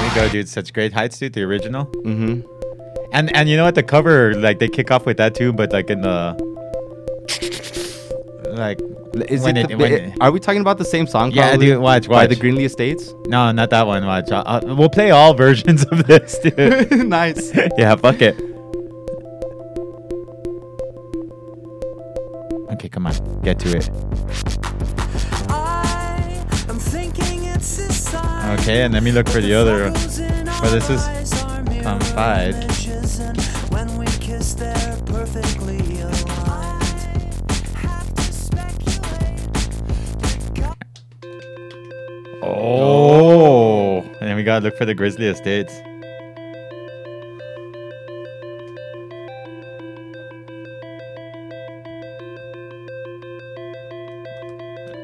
Here you go, dude. Such great heights, dude. The original. Mhm. And and you know what the cover like they kick off with that too, but like in the like Is When it, it- the- when it- it- are we talking about the same song? Yeah, probably? dude, watch, By the watch. Greenlee Estates. no, not that one. Watch, i i we'll play all versions of this, dude. nice. yeah, fuck it. Okay, come on, get to it. Okay, and let me look for the other. Uh, But this is confide. Oh, and then we gotta look for the Grizzly Estates.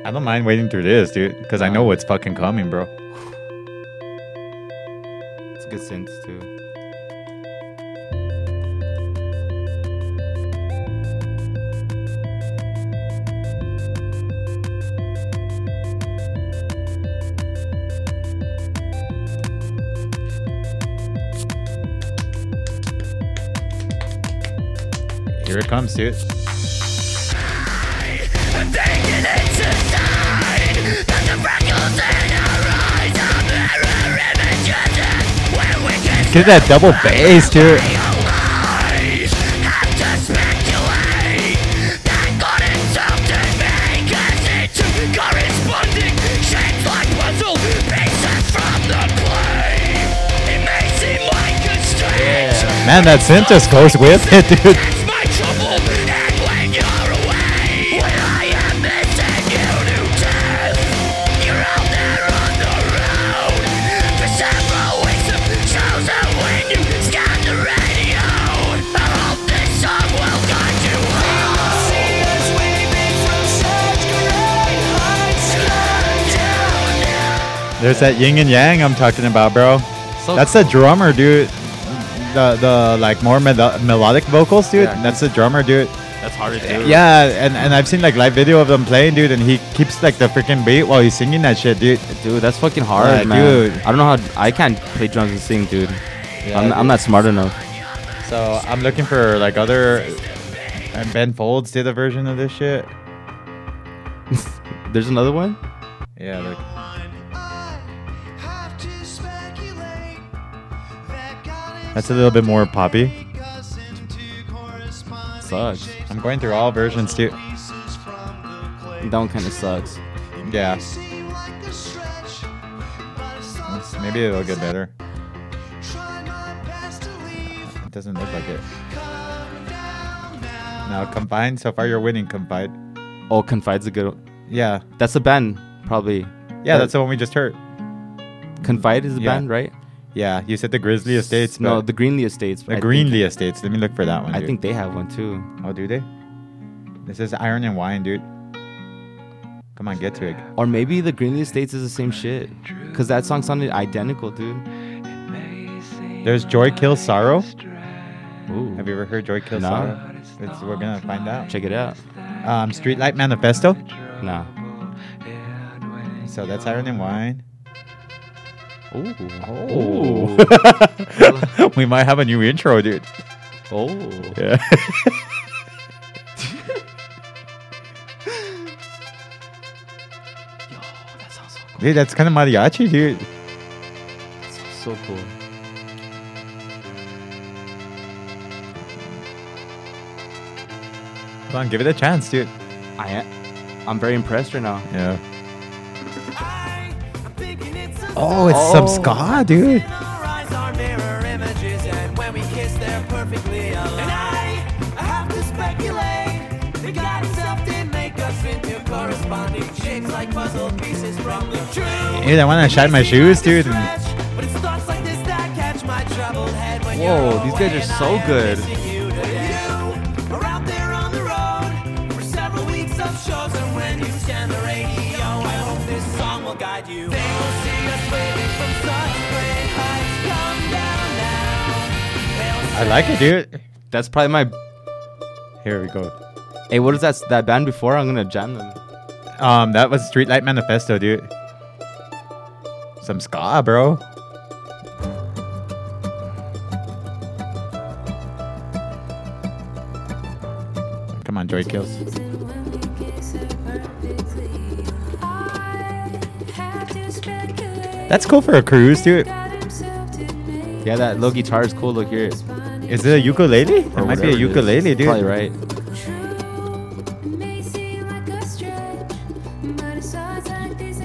I don't mind waiting through this, dude, because I know what's fucking coming, bro. It's good sense too. Here it comes, dude. Get that double bass, dude. Corresponding shapes like puzzle pieces from the clay. It may seem like a stretch, Man, that synth just goes with it, dude. that's my trouble, and when you're away, when I am missing you to death, you're out there on the road. For several weeks of shows and when you scan the radio, I hope this song will guide you home. See us waving from such great heights, come down now. There's that yin and yang I'm talking about, bro. So That's the drummer, dude. The the like more melo- melodic vocals, dude. Yeah. That's the drummer, dude. That's hard to do. Yeah, and, and I've seen like live video of them playing, dude, and he keeps like the freaking beat while he's singing that shit, dude. Dude, that's fucking hard, Yeah, man. dude. I don't know how I can't play drums and sing, dude. Yeah, I'm, I'm dude. not smart enough. So I'm looking for like other. And Ben Folds did a version of this shit. There's another one. Yeah, like That's a little bit more poppy. Sucks. I'm going through all versions, dude. That one kind of sucks. Yeah, maybe it'll get better. It doesn't look like it. Now, combined. So far, you're winning, combined. Oh, Confide's a good. One. Yeah, That's a band, probably. yeah, that's the one we just heard. Confide is a Yeah. band, right? Yeah, you said the Grizzly Estates. No, but- the Greenlee Estates. I the think- Greenlee Estates. Let me look for that one. I dude. think they have one too. Oh, do they? This is Iron and Wine, dude. Come on, get to it. Or maybe the Greenlee Estates is the same shit. Cause that song sounded identical, dude. There's Joy Kills Sorrow. Ooh. Have you ever heard Joy Kills No. Sorrow? It's, we're gonna find out. Check it out. Um, Streetlight Manifesto. Nah. So that's Iron and Wine. Ooh. Oh. we might have a new intro, dude. oh. Yeah. Dude, that's kind of mariachi, dude. So cool. Come on, give it a chance, dude. I am. I'm very impressed right now. Yeah. Oh, it's some ska, dude. Like puzzle pieces from the truth. Dude, I want to shine my shoes, dude. and- Whoa, these guys are so good. I like it, dude. That's probably my. Here we go. Hey, what is that that band before? I'm gonna jam them. Um, that was Streetlight Manifesto, dude. Some ska, bro. Come on, Joy Kills. That's cool for a cruise, dude. Yeah, that low guitar is cool. Look here. It Is it a ukulele? It might be a ukulele, dude. Probably right.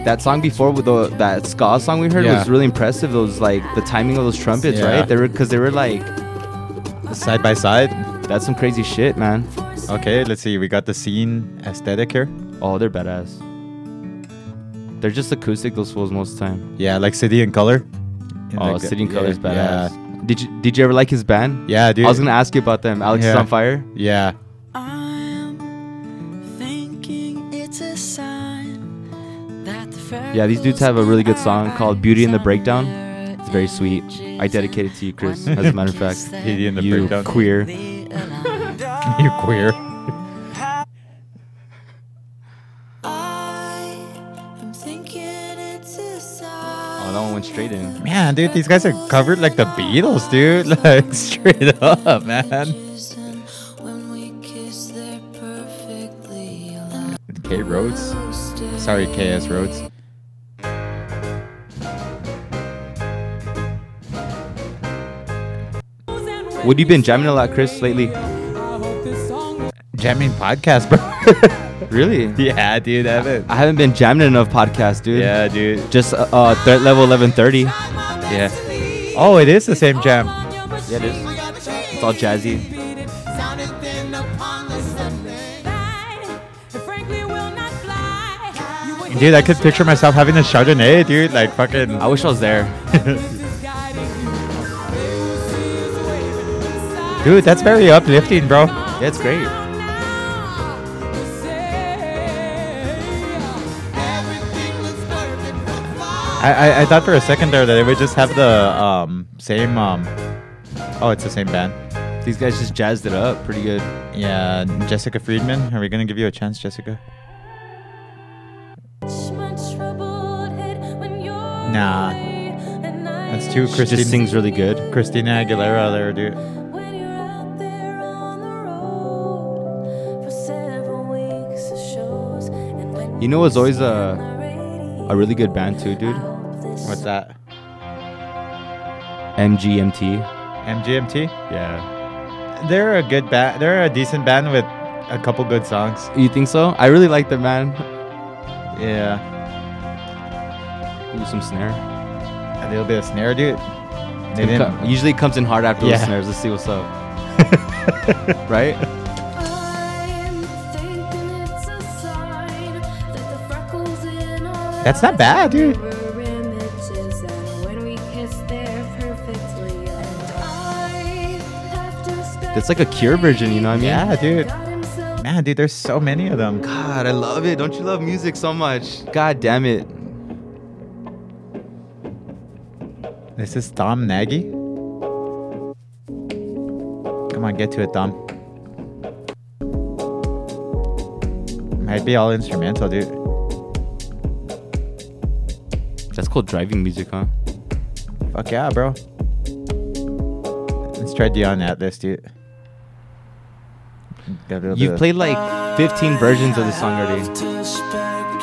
That song before with the that ska song we heard Yeah. was really impressive. Those like the timing of those trumpets, Yeah. right? They were because they were like Side by side. that's some crazy shit, man. Okay, let's see. We got the scene aesthetic here. Oh, they're badass. They're just acoustic. Those fools most of the time. Yeah, like City in Color. oh, Like, City and yeah, Colors yeah. badass. Did you did you ever like his band? Yeah, dude. I was gonna ask you about them. Alex is Yeah. on fire. Yeah. Yeah, these dudes have a really good song called Beauty and the Breakdown. It's very sweet. I dedicate it to you, Chris. As a matter of fact, Beauty and the you Breakdown. queer. you queer. Oh, that one went straight in. Man, dude, these guys are covered like the Beatles, dude. Like straight up, man. K Rhodes. Sorry, KS Rhodes. Would you been jamming a lot, Chris, lately? Jamming podcast, bro. Really? yeah, dude, Evan. I haven't been jamming enough podcasts, dude. Yeah, dude. Just uh, uh threat level 1130. Yeah. Oh, it is the same jam. Yeah, it is. It's all jazzy. Dude, I could picture myself having a Chardonnay, dude. Like fucking. I wish I was there. Dude, that's very uplifting, bro. Yeah, it's great. I I, I, I thought for a second there that they would just have the um, same. Um, oh, it's the same band. These guys just jazzed it up pretty good. Yeah, Jessica Friedman. Are we gonna give you a chance, Jessica? Nah. Nah, That's that's too Christine- too Christine. Just sings really good. Christina Aguilera there, dude. You know what's always a A really good band too, dude. What's that? MGMT. MGMT. Yeah. They're a good band. They're a decent band with a couple good songs. You think so? I really like the man. Yeah, Ooh, some snare. a little bit of snare, dude. They It co- didn't. usually it comes in hard after Yeah. the snares. Let's see what's up. right? That's not bad, dude. That's like a cure version, you know what I mean? Yeah, dude. Man, dude, there's so many of them. God, I love it. Don't you love music so much? God damn it. This is Tom Nagy. Come on, get to it, Tom. Might be all instrumental, dude. That's called driving music, huh? Fuck yeah, bro. Let's try Dion Atlas, dude. Got a little bit You've of- played like 15 versions of this song already.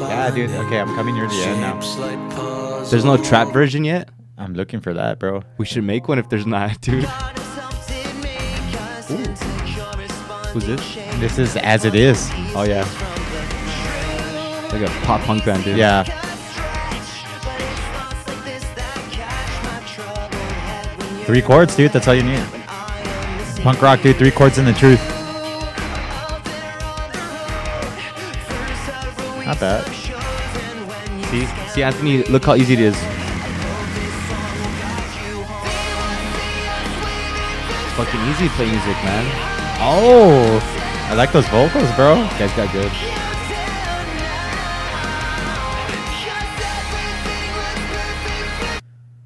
Yeah, dude. Okay, I'm coming near the end now. There's no trap version yet. I'm looking for that, bro. We should make one if there's not, dude. Who's this? This is as it is. Oh yeah. Like a pop punk band, dude. Yeah. Three chords, dude. That's all you need. Punk rock, dude. Three chords and the truth. Not bad. See, see, Anthony, look how easy it is. Fucking easy to play music, man. Oh, I like those vocals, bro. You guys got good.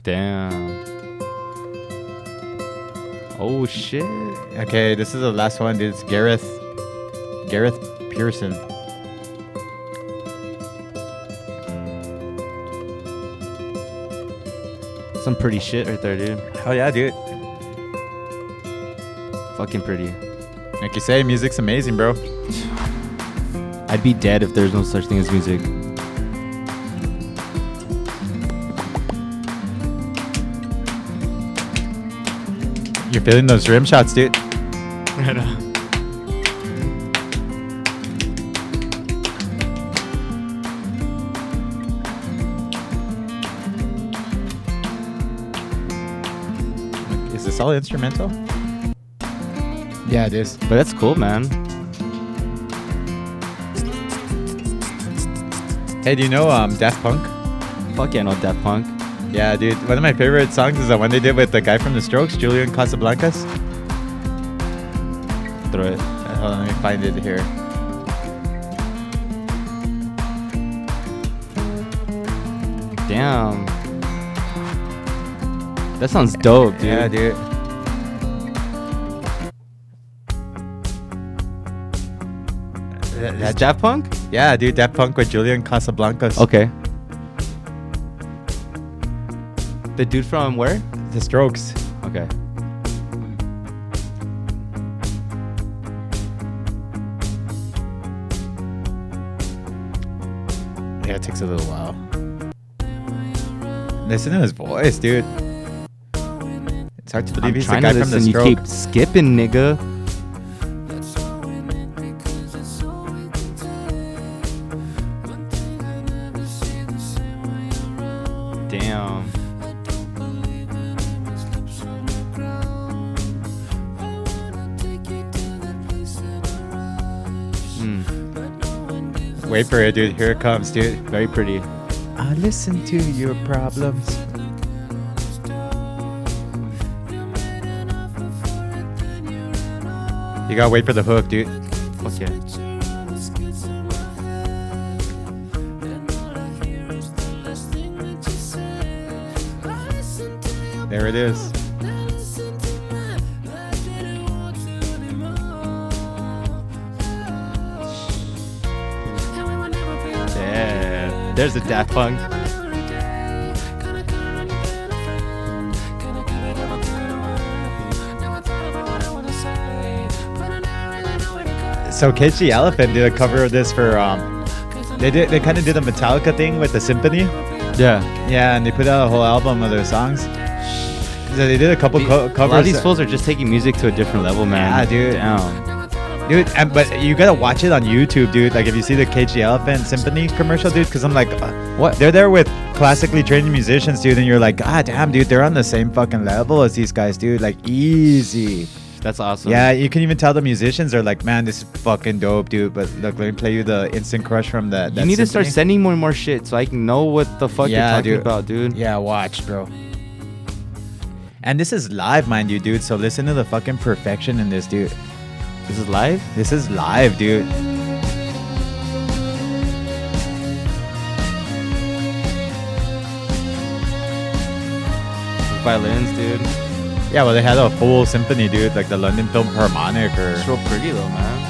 Damn. Oh shit. Okay, this is the last one, dude. It's Gareth, Gareth Pearson. Some pretty shit right there, dude. Oh yeah, dude. Fucking pretty. Like you say, music's amazing, bro. I'd be dead if there's no such thing as music. You're feeling those rim shots, dude. Is this all instrumental? Yeah, it is. But that's cool, man. Hey, do you know um, Daft Punk? Fuck yeah, no Daft Punk. Yeah, dude. One of my favorite songs is the one they did with the guy from The Strokes, Julian Casablancas. Throw it. Uh, Hold on, let me find it here. Damn. That sounds dope, dude. Yeah, dude. That- Is that that- Daft Punk? yeah, dude, Daft Punk with Julian Casablancas. Okay. The dude from where? The Strokes. Okay. Yeah, it takes a little while. Listen to his voice, dude. It's hard to believe he's the guy from The you keep Strokes. skipping, nigga. Damn. Mm, Hmm. Wait for it, dude. Here it comes, dude. very pretty. I listen to your problems. You gotta wait for the hook, dude. Fuck yeah. There it is. Yeah. There's a Daft Punk. So Kitschy Elephant did a cover of this for um. They did. They kind of did a Metallica thing with the symphony. Yeah. Yeah, and they put out a whole album of their songs. So they did a couple co- A covers. lot of these fools are just taking music to a different level, man. Yeah, dude. Damn. dude. And, but you gotta watch it on YouTube, dude. Like if you see the KG Elephant Symphony commercial, dude, because I'm like, uh, What? They're there with classically trained musicians, dude, and you're like, God damn, dude, they're on the same fucking level as these guys, dude. Like easy. That's awesome. yeah, you can even tell the musicians are like, man, this is fucking dope, dude. But look, let me play you the instant crush from the. You need to start sending more and more shit so I can know what the fuck Yeah, you're talking dude. about, dude. Yeah, watch, bro. And this is live, mind you, dude. So listen to the fucking perfection in this, dude. This is live? This is live, dude. Violins, dude. Yeah, well, they had a full symphony, dude, like the London Film Harmonic or. It's real pretty though, man.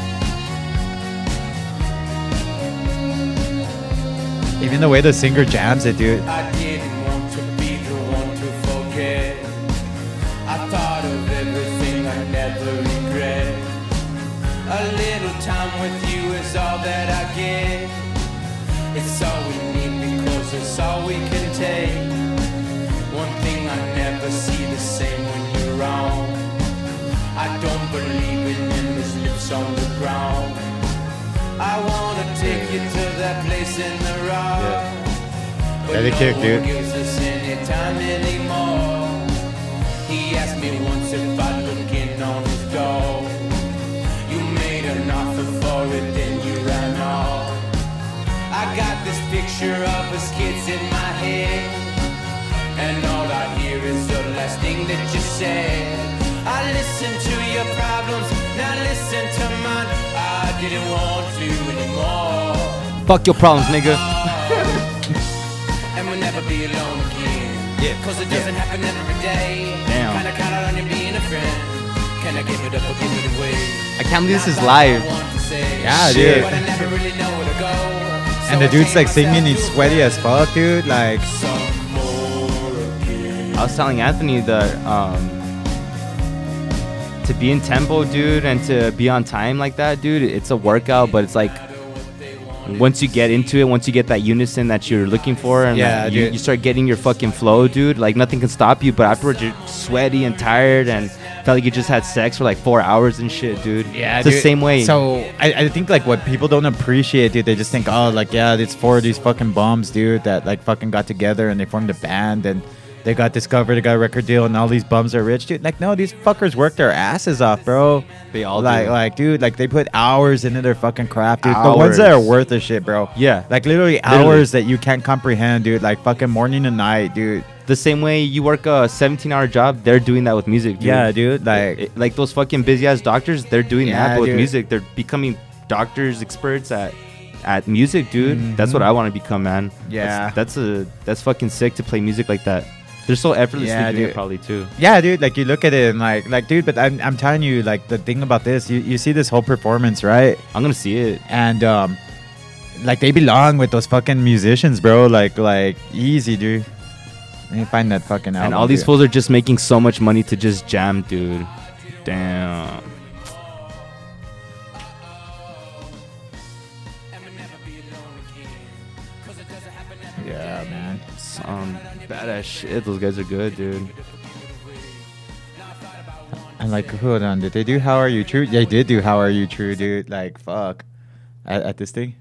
Even the way the singer jams it, dude. I didn't want to be the one to forget. I thought of everything I never regret. A little time with you is all that I get. It's all we need because it's all we can take. One thing I never see the same when you're wrong. I don't believe in endless lips on the ground. I wanna take you to that place in the rock. Yeah, they But kick, no dude. one gives us any time anymore. He asked me once if I'd look in on his door. You made an offer for it, then you ran off. I got this picture of us kids in my head. And all I hear is the last thing that you said. I listened to your problems, now listen to mine. I didn't want to anymore. Fuck your problems, nigga. And we'll never be alone again. Yeah. Cause it doesn't happen every day. Damn. Kinda count on you being a friend. Can I give it up or give it away? I can't believe this is Not like I live. want to say, Yeah, shit, dude. But I never really know where to go. So And the I dude's take like singing, myself he's to sweaty as fuck, dude. Like, some more again. I was telling Anthony that um, to be in tempo, dude, and to be on time like that, dude, it's a workout, but it's like once you get into it, once you get that unison that you're looking for, and Yeah, like, you, dude. you start getting your fucking flow, dude, like nothing can stop you. But afterwards, you're sweaty and tired and felt like you just had sex for like four hours and shit, dude. it's the dude. same way. So I, I think like what people don't appreciate, dude, they just think, oh, like yeah, it's four of these fucking bums, dude, that like fucking got together and they formed a band and they got discovered, they got a record deal, and all these bums are rich, dude. Like no, these fuckers work their asses off, bro. They all like do. like dude, like they put hours into their fucking craft, dude. The ones that are Hours. worth the shit, bro. Yeah. like literally Literally. hours that you can't comprehend, dude. Like fucking morning and night, dude. the same way you work a 17-hour job, they're doing that with music, dude. Yeah, dude. Like It- like those fucking busy ass doctors, they're doing Yeah, that but with dude. music. They're becoming doctors, experts at at music, dude. That's what I want to become, man. Mm-hmm. Yeah. that's, that's a that's fucking sick to play music like that. They're so effortlessly Yeah, doing dude. it probably too. Yeah, dude. Like you look at it and like, like, dude. But I'm, I'm telling you, like the thing about this, you, you see this whole performance, right? I'm gonna see it. And um, like they belong with those fucking musicians, bro. Like, like easy, dude. Let me find that fucking album. and all these dude. fools are just making so much money to just jam, dude. Damn. And we'll never be alone again. Cause it doesn't happen every Yeah, man. Some badass shit. Those guys are good, dude. And like, hold on, did they do "How Are You True"? They did do "How Are You True," dude. Like, fuck. At, at this thing.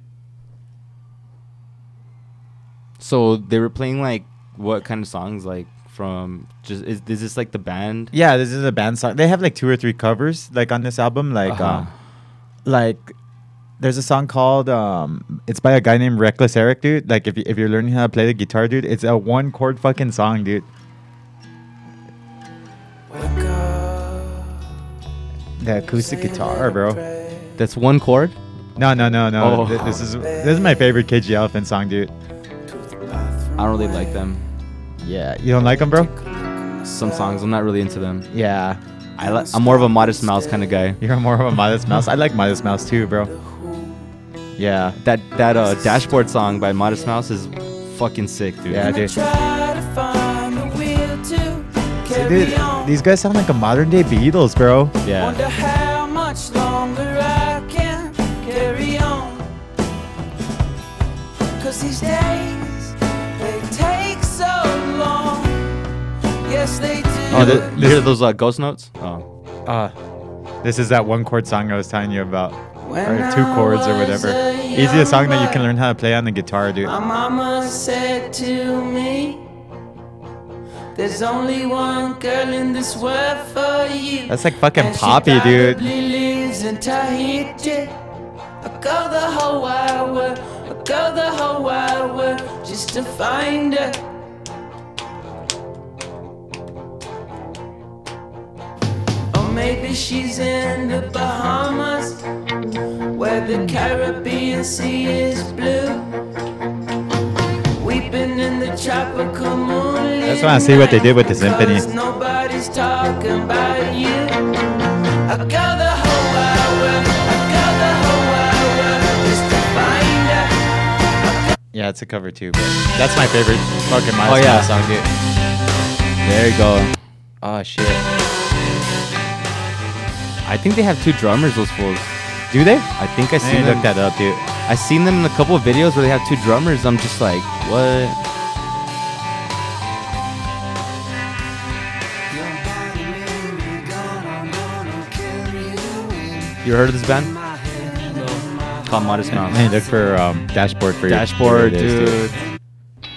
So they were playing like what kind of songs? Like from just is, is this like the band? Yeah, this is a band song. They have like two or three covers like on this album. Like, Uh-huh. um, like there's a song called um, it's by a guy named Reckless Eric, dude. Like, if you, if you're learning how to play the guitar, dude, it's a one chord fucking song, dude. the acoustic guitar, bro. That's one chord. No, no, no, no. Oh. Th- This is this is my favorite KG Elephant song, dude. I don't really like them. Yeah, you don't like them, bro? Some songs I'm not really into them. Yeah, I li- I'm more of a Modest Mouse kind of guy. you're more of a Modest Mouse. I like Modest Mouse too, bro. Yeah, That that uh, dashboard song by Modest Mouse is fucking sick, dude. yeah, dude. See, Dude, these guys sound like a modern day Beatles, bro. yeah. Wonder how much longer I can carry on. Cause these days, they take so long. Yes, they do. Oh, th- you hear those uh, ghost notes? Oh, Uh, this is that one chord song I was telling you about, When or two I chords or was whatever. a young Easiest song that you boy, can learn how to play on the guitar, dude. My mama said to me, There's only one girl in this world for you. That's like fucking And she poppy, dude. probably lives in Tahiti. I go the whole wide world, I go the whole wide world just to find her. Or maybe she's in the Bahamas, where the Caribbean Sea is blue. Weeping in the tropical moonlight. I just want to see what they did with the symphony. Cause nobody's talking about you. I got the whole wide world. I got the whole wide world just to find out. Yeah, it's a cover too, but that's my favorite fucking Miles Oh, yeah. Mouse song, dude. there you go. Oh shit. I think they have two drummers. Those fools. Do they? I think I I need seen to them. look that up, dude. I seen them in a couple of videos where they have two drummers. I'm just like, what? You heard of this band? Called Modest Mouse. I need to look for um, dashboard for your- Dashboard, for your days, dude.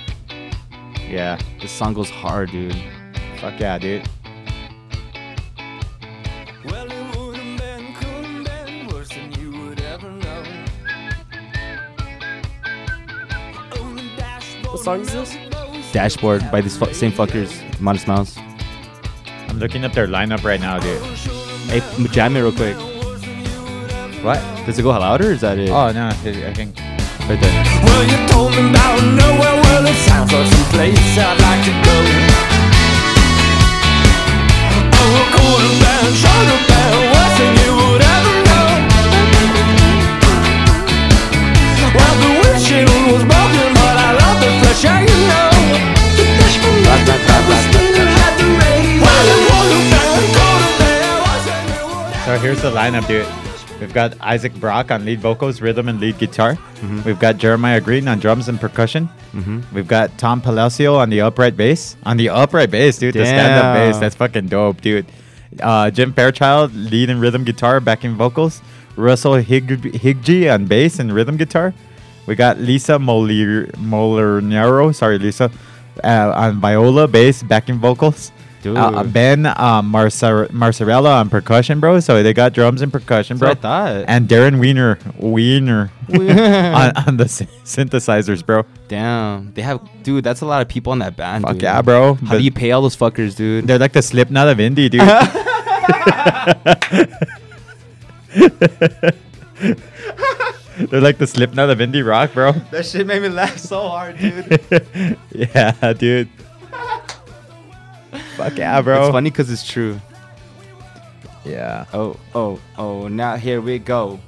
Yeah. This song goes hard, dude. Fuck yeah, dude. What song is this? Dashboard by these fu- same fuckers, Modest Mouse. I'm looking up their lineup right now, dude. Hey, m- jam it real quick. What? Does it go louder? Or is that it? Oh no, dude, I think Right there. Well, you told me about nowhere. Well, it sounds like some place I'd like to go. Oh, a quarter band, shoulder band, worse than you would ever know. Well, the windshield was broken, but I love the fresh air, you know. The fresh from the still had the rain. Well, a quarter band, quarter band, worse than you would ever so. Here's the lineup, dude. We've got Isaac Brock on lead vocals, rhythm, and lead guitar. Mm-hmm. We've got Jeremiah Green on drums and percussion. We've got Tom Palacio on the upright bass. On the upright bass, dude. The stand-up Damn. bass. That's fucking dope, dude. Uh, Jim Fairchild, lead and rhythm guitar, backing vocals. Russell Hig- Higgy on bass and rhythm guitar. We got Lisa Molir- Molinaro, sorry, Lisa, uh, on viola, bass, backing vocals. Dude. Uh, ben uh, Marcer- Marcerella on percussion, bro. So they got drums and percussion, bro. That's what I thought. And Darren Wiener, Wiener on, on the sy- synthesizers, bro. Damn. They have, dude, that's a lot of people on that band. Fuck dude. yeah, bro. How But do you pay all those fuckers, dude? They're like the Slipknot of indie, dude. They're like the Slipknot of indie rock, bro. That shit made me laugh so hard, dude. yeah, dude. Fuck yeah, bro. It's funny because it's true. Yeah. Oh, oh, oh, now here we go.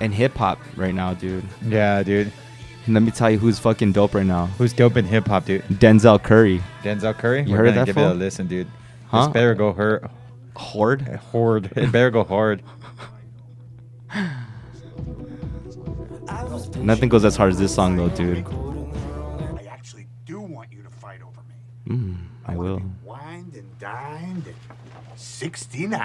And hip hop right now, dude. Yeah, dude. Let me tell you who's fucking dope right now. Who's dope in hip hop, dude? Denzel Curry. Denzel Curry. You We're heard of that gonna Give it a fool? listen, dude. Huh? This better go hurt. Horde? Hard. It better go hard. Nothing goes as hard as this song, though, dude. I actually do want you to fight over me. I will. Wined and dined at 69.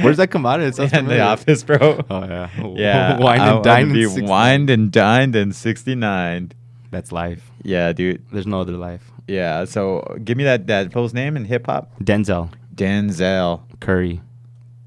Where does that come out of? It sounds Hmm. in the familiar. office, bro. Oh, yeah. Yeah. Wine I wanna and dine. Be and six- wined and dined in '69. That's life. Yeah, dude. There's no other life. Yeah. So give me that that fool's name in hip hop. Denzel Denzel Curry.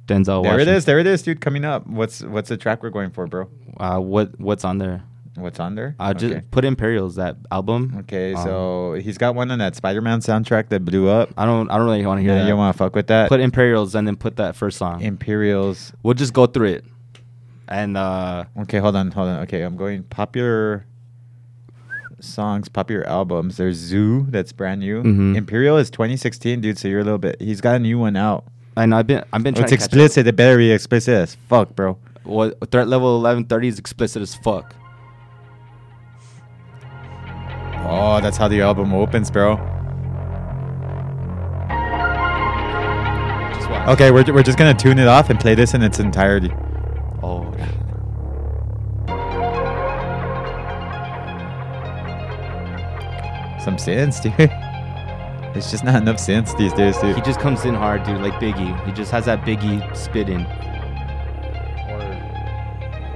Denzel. There it Washington. is. There it is, dude. Coming up. What's what's the track we're going for, bro? Uh, what what's on there? What's on there? I just Okay. put Imperials that album. Okay, Um, so he's got one on that Spider-Man soundtrack that blew up. I don't I don't really want to hear Yeah, that. you don't want to fuck with that. put Imperials and then put that first song. Imperials. we'll just go through it, and uh, Okay, hold on, hold on. Okay, I'm going popular songs, popular albums. There's Zoo, that's brand new. Mhm. Imperial is 2016, dude. So you're a little bit. He's got a new one out. and I've been I've been trying It's to catch up. explicit. It better be explicit as fuck, bro. Well, threat level eleven thirty is explicit as fuck. Oh, that's how the album opens, bro. Just watch. Okay, we're, we're just gonna tune it off and play this in its entirety. Oh. shit. Some sense, dude. It's just not enough sense these days, dude. He just comes in hard, dude, like Biggie. He just has that Biggie spit in.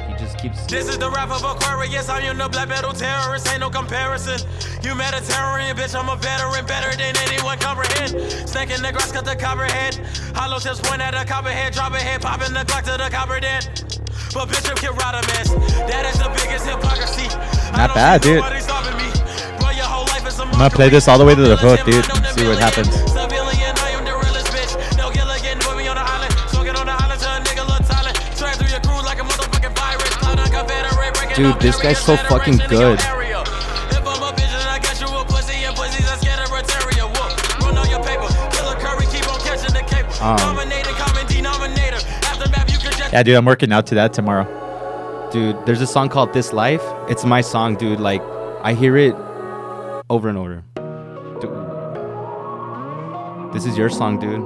He just keeps. This is the rap of Aquarius. I am the black metal terrorist. Ain't no comparison. Humanitarian, bitch. I'm a veteran, better than anyone comprehend. Snake in the grass, cut the copperhead. Hollow tips point at a copperhead. Drop a head, popping the clock to the copper dead. But bitch, I'm kid a mess. That is the biggest hypocrisy. I Not don't bad, see dude. nobody stopping me. Bro, your whole life is a gonna play this all the way to the hook, dude, and Militant, see what happens. Civilian, I am the realest bitch. No Gilligan, put me on the island. Smoking on the island, to a nigga look silent. Track through your crew like a motherfucking virus. Clown on Confederate, breaking Dude, up this guy's barriers, so fucking federation in your good. area. If I'm a bitch, then I guess you a pussy, and pussies are scared of Rotaria. Whoop, run on your paper. Killer Curry, keep on catching the cable. Um. Dominating, common denominator. Aftermath, you could just Yeah, dude, I'm working out to that tomorrow. Dude, there's a song called This Life. It's my song, dude. Like, I hear it over and over. Dude. This is your song, dude.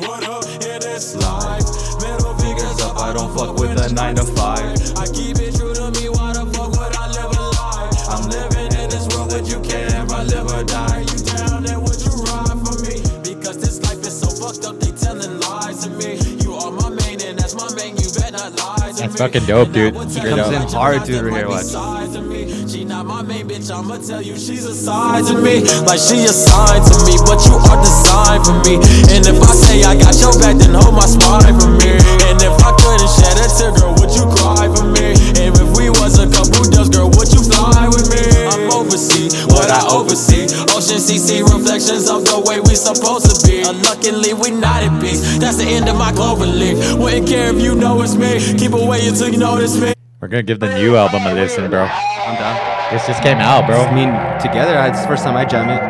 What up? It is live. Middle fingers up. I don't fuck with a nine to five. I keep it true to me. Why the fuck would I live a lie? I'm living in this world that you can never live or die. You down and would you ride for me? Because this life is so fucked up. They telling lies to me. You are my main and that's my main. You better not lie to That's me. fucking dope, dude. He Straight comes in up. hard, dude, right here. Watch. Size of me. She not my main bitch, I'ma tell you she's a side to me. Like she a sign to me, but you are designed for me. And if I say I got your back, then hold my spine for me. And if I couldn't shed a tear, girl, would you cry for me? And if we was a couple dubs, girl, would you fly with me? I'm oversee what I oversee. Ocean CC reflections of the way we supposed to be. Unluckily, we not at peace. That's the end of my clover leaf. Wouldn't care if you know it's me. Keep away until you notice me. We're gonna give the new album a listen, bro. I'm down. This just came out, I bro. mean, together, I- it's the first time I jam it.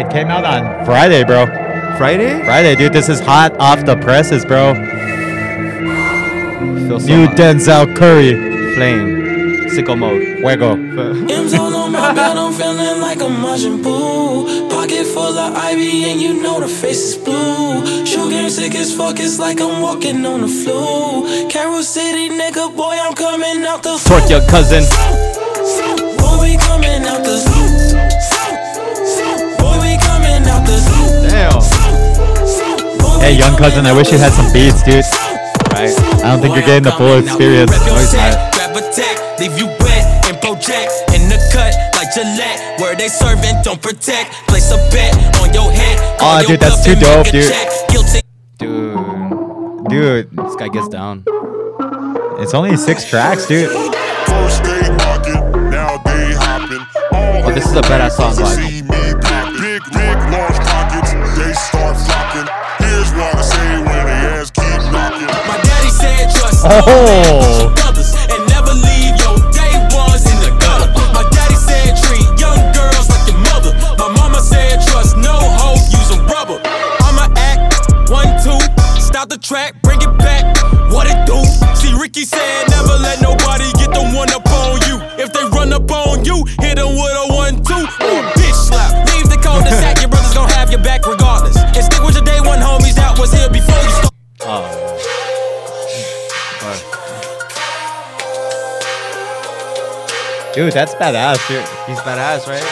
It came out on Friday, bro. Friday? Friday, dude. This is hot off the presses, bro. Feel so New hot. Denzel Curry. Flame. Sicko mode. Fuego. M's all on my bed, I'm feeling like a Majin Buu. Pocket full of ivy, and you know the face is blue. Sugar sick as fuck, it's like I'm walking on the flu. Carol City, nigga, boy, I'm coming out the Twerk your cousin. Boy, we coming out the Boy, we coming out the Damn. Boy, Hey, we young cousin. coming I out wish you the had some beats, dude. Right. I don't think you're getting the full experience. Grab a tech, leave you wet and project in the cut like Gillette. Where they serving, don't protect. Place a bet on your head. Aw, dude, that's too dope, dude. Guilty. Dude, Dude, this guy gets down. it's only six tracks, dude. First they knocking, now they hopping. All Oh, this is a badass song, over like. see me popping. Big, big, large pockets, they start flocking. Here's what I say when they ass keep knocking. My daddy said trust no man, trust your brothers and never leave your day ones in the gutter. My daddy said treat young girls like your mother. My mama said trust no hoe, use a rubber. I'ma act one two, stop the track, bring it back. What it do? See, Ricky said never let nobody get the one up on you. If they run up on you, hit 'em with a one two or a bitch slap. Leave the cul de sac, your brother's gonna have your back regardless. And stick with your day one homies that was here before you started. Dude, that's badass, dude. He's badass, right?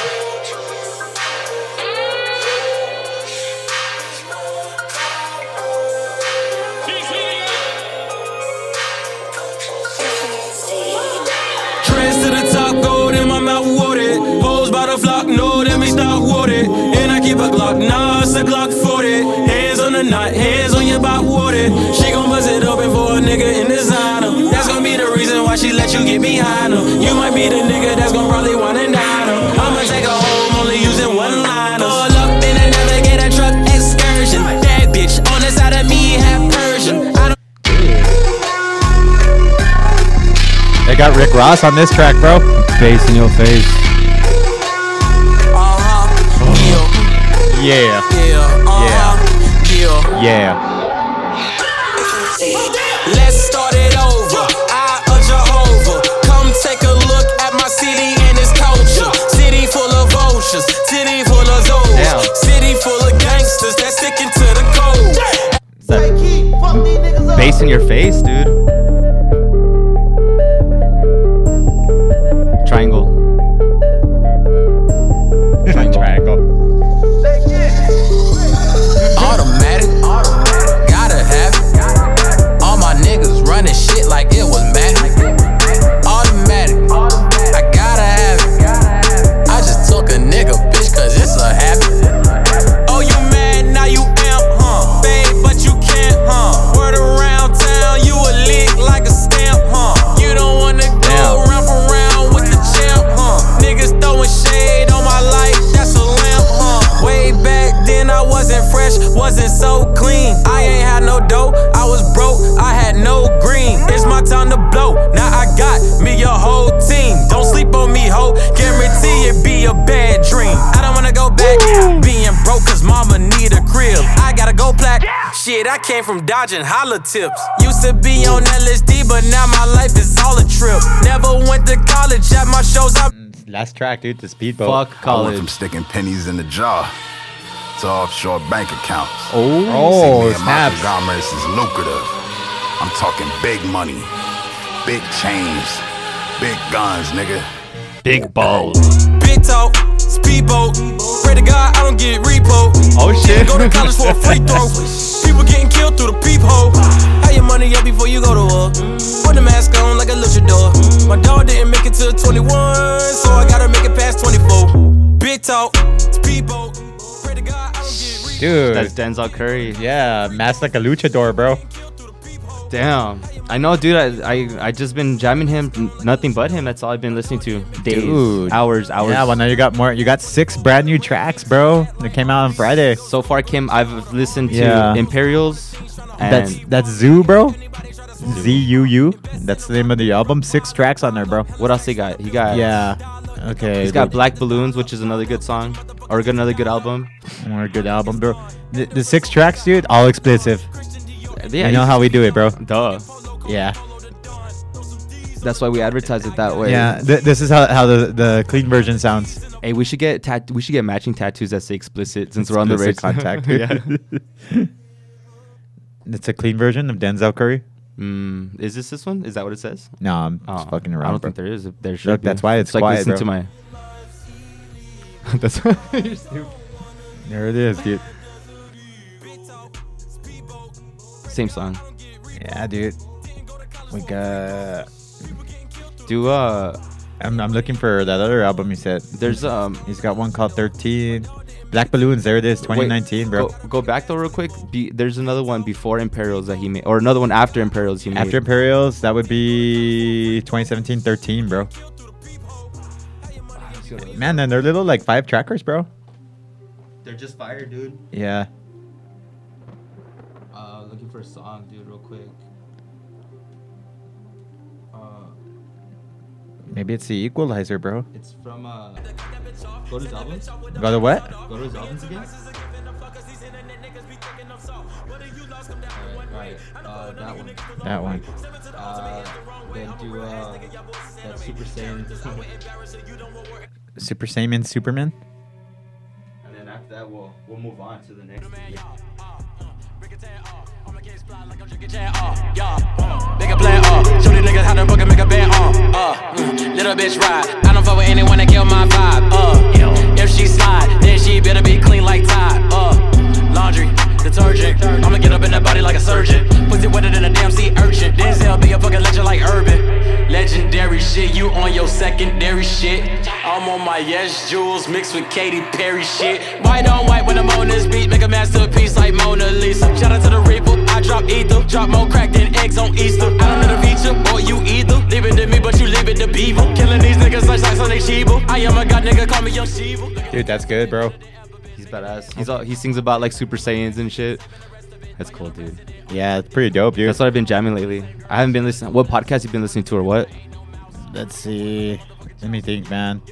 Trends to the top, gold in my mouth, wood it. Hoes by the flock, no, let me stop wood it. And I keep a Glock, nah, it's a Glock 40. Hands on the knot, hands hands on your body, water. She gon' buzz it open for a nigga in designer. That's gon' be the reason why she let you get behind her. You might be the nigga that's gon' probably want and dine her. I'ma take her home, only using one liner. Pull up in a navigator truck excursion. That bitch on the side of me, half Persian. I don't They got Rick Ross on this track, bro. Face in your face. uh-huh. Yeah. Yeah, yeah, uh-huh. yeah. Yeah. Let's start it over. I a Jehovah. Come take a look at my city and its culture. City full of vultures, city full of Damn. those, city full of gangsters that sticking to the code. It's that face in your face, dude. Triangle. Triangle. Automatic, gotta have it. All my niggas running shit like it was magic. Automatic, I gotta have it. I just took a nigga, bitch, cause it's a habit. Oh, you mad now you amp, huh? Fade, but you can't, huh? Word around town, you a lick like a stamp, huh? You don't wanna go Damn. round for round with the champ, huh? Niggas throwing shade on my life, that's a lamp, huh? Way back then I wasn't fresh, wasn't so clean. I ain't had no dough, I was broke, I had no green. It's my time to blow, now I got me a whole team. Don't sleep on me, ho, guarantee it be a bad dream. I don't wanna go back being broke, cause mama need a crib. I gotta go plaque. Shit, I came from dodging holla tips. Used to be on LSD, but now my life is all a trip. Never went to college, at my shows, I Last track, dude. The speedboat. Fuck I went from college. sticking pennies in the jar to offshore bank accounts. Oh, Basically, my snaps. conglomerate is lucrative. I'm talking big money, big chains, big guns, nigga. Big balls. Big talk, speedboat. Pray to God I don't get repo. Oh, shit. Didn't Go to college for a free throw. People getting killed through the peephole. Have your money up before you go to work. Put the mask on like a luchador. My dog didn't make it to 21, so I gotta make it past 24. Big talk, speedboat. Pray to God I don't get repo. Dude. That's Denzel Curry. yeah, masked like a luchador, bro. Damn. I know, dude. I, I I just been jamming him, n- nothing but him. That's all I've been listening to. Days, Dude. hours, hours. Yeah, well now you got more. You got six brand new tracks, bro. That came out on Friday. so far, Kim, I've listened to Yeah. Imperials. And That's that's Zoo, bro. Z U U. That's the name of the album. Six tracks on there, bro. what else he got? He got Yeah. Okay. He's got dude. Black Balloons, which is another good song or good- another good album. More good album, bro. The, the six tracks, dude, all explicit. Yeah, you know how we do it, bro. Duh. Yeah. That's why we advertise it that way. Yeah. Th- this is how, how the, the clean version sounds. Hey, we should get tat- we should get matching tattoos that say explicit since we're on the radio. Explicit contact. yeah. It's a clean version of Denzel Curry. Mm, is this this one? Is that what it says? No, I'm just Oh, fucking around. I don't bro. think there is. There should. Look, be. that's why it's like quiet, listen bro. to my. that's you're stupid. There it is, dude. same song. Yeah, dude. We got. Do uh, I'm, I'm looking for that other album you said. there's um. He's got one called 13. Black Balloons. There it is. wait, 2019, bro. Go, go back though, real quick. Be, there's another one before Imperials that he made, or another one after Imperials he made. After Imperials, that would be 2017 13, bro. Man, then they're little like five trackers, bro. They're just fire, dude. Yeah. Uh, looking for a song, dude, real quick. Uh, Maybe it's the equalizer, bro. it's from uh, go to his albums. Got the what? Go to his albums again. Alright, right. Uh, that one. That one. Uh, then do uh, that Super Saiyan. Super Saiyan Superman? and then after that, we'll we'll move on to the next. uh, Make a plan, uh. Show these niggas how to book and make a band, uh. Uh, mm, little bitch ride. I don't fuck with anyone that kill my vibe, uh. If she slide, then she better be clean like Tide, uh. Laundry, detergent. I'ma get up in that body like a surgeon. Pussy wetter than a damn sea urchin. Denzel be a fucking legend like Urban. Legendary shit, you on your secondary shit. I'm on my yes jewels mixed with Katy Perry shit. White on white when I'm on this beat, make a masterpiece like Mona Lisa. Shout out to the Reaper, I drop ether, drop more crack than eggs on Easter. I don't know the feature or you either. Leave it to me, but you leave it to Beaver. Killing these niggas like like Sonic Chiba. I am a god nigga, call me Young Chiba. Dude, that's good, bro. He's badass. He's all, he sings about like Super Saiyans and shit. That's cool, dude. Yeah, it's pretty dope, dude. That's what I've been jamming lately. I haven't been listening. What podcast you been listening to or what? Let's see. Let me think, man.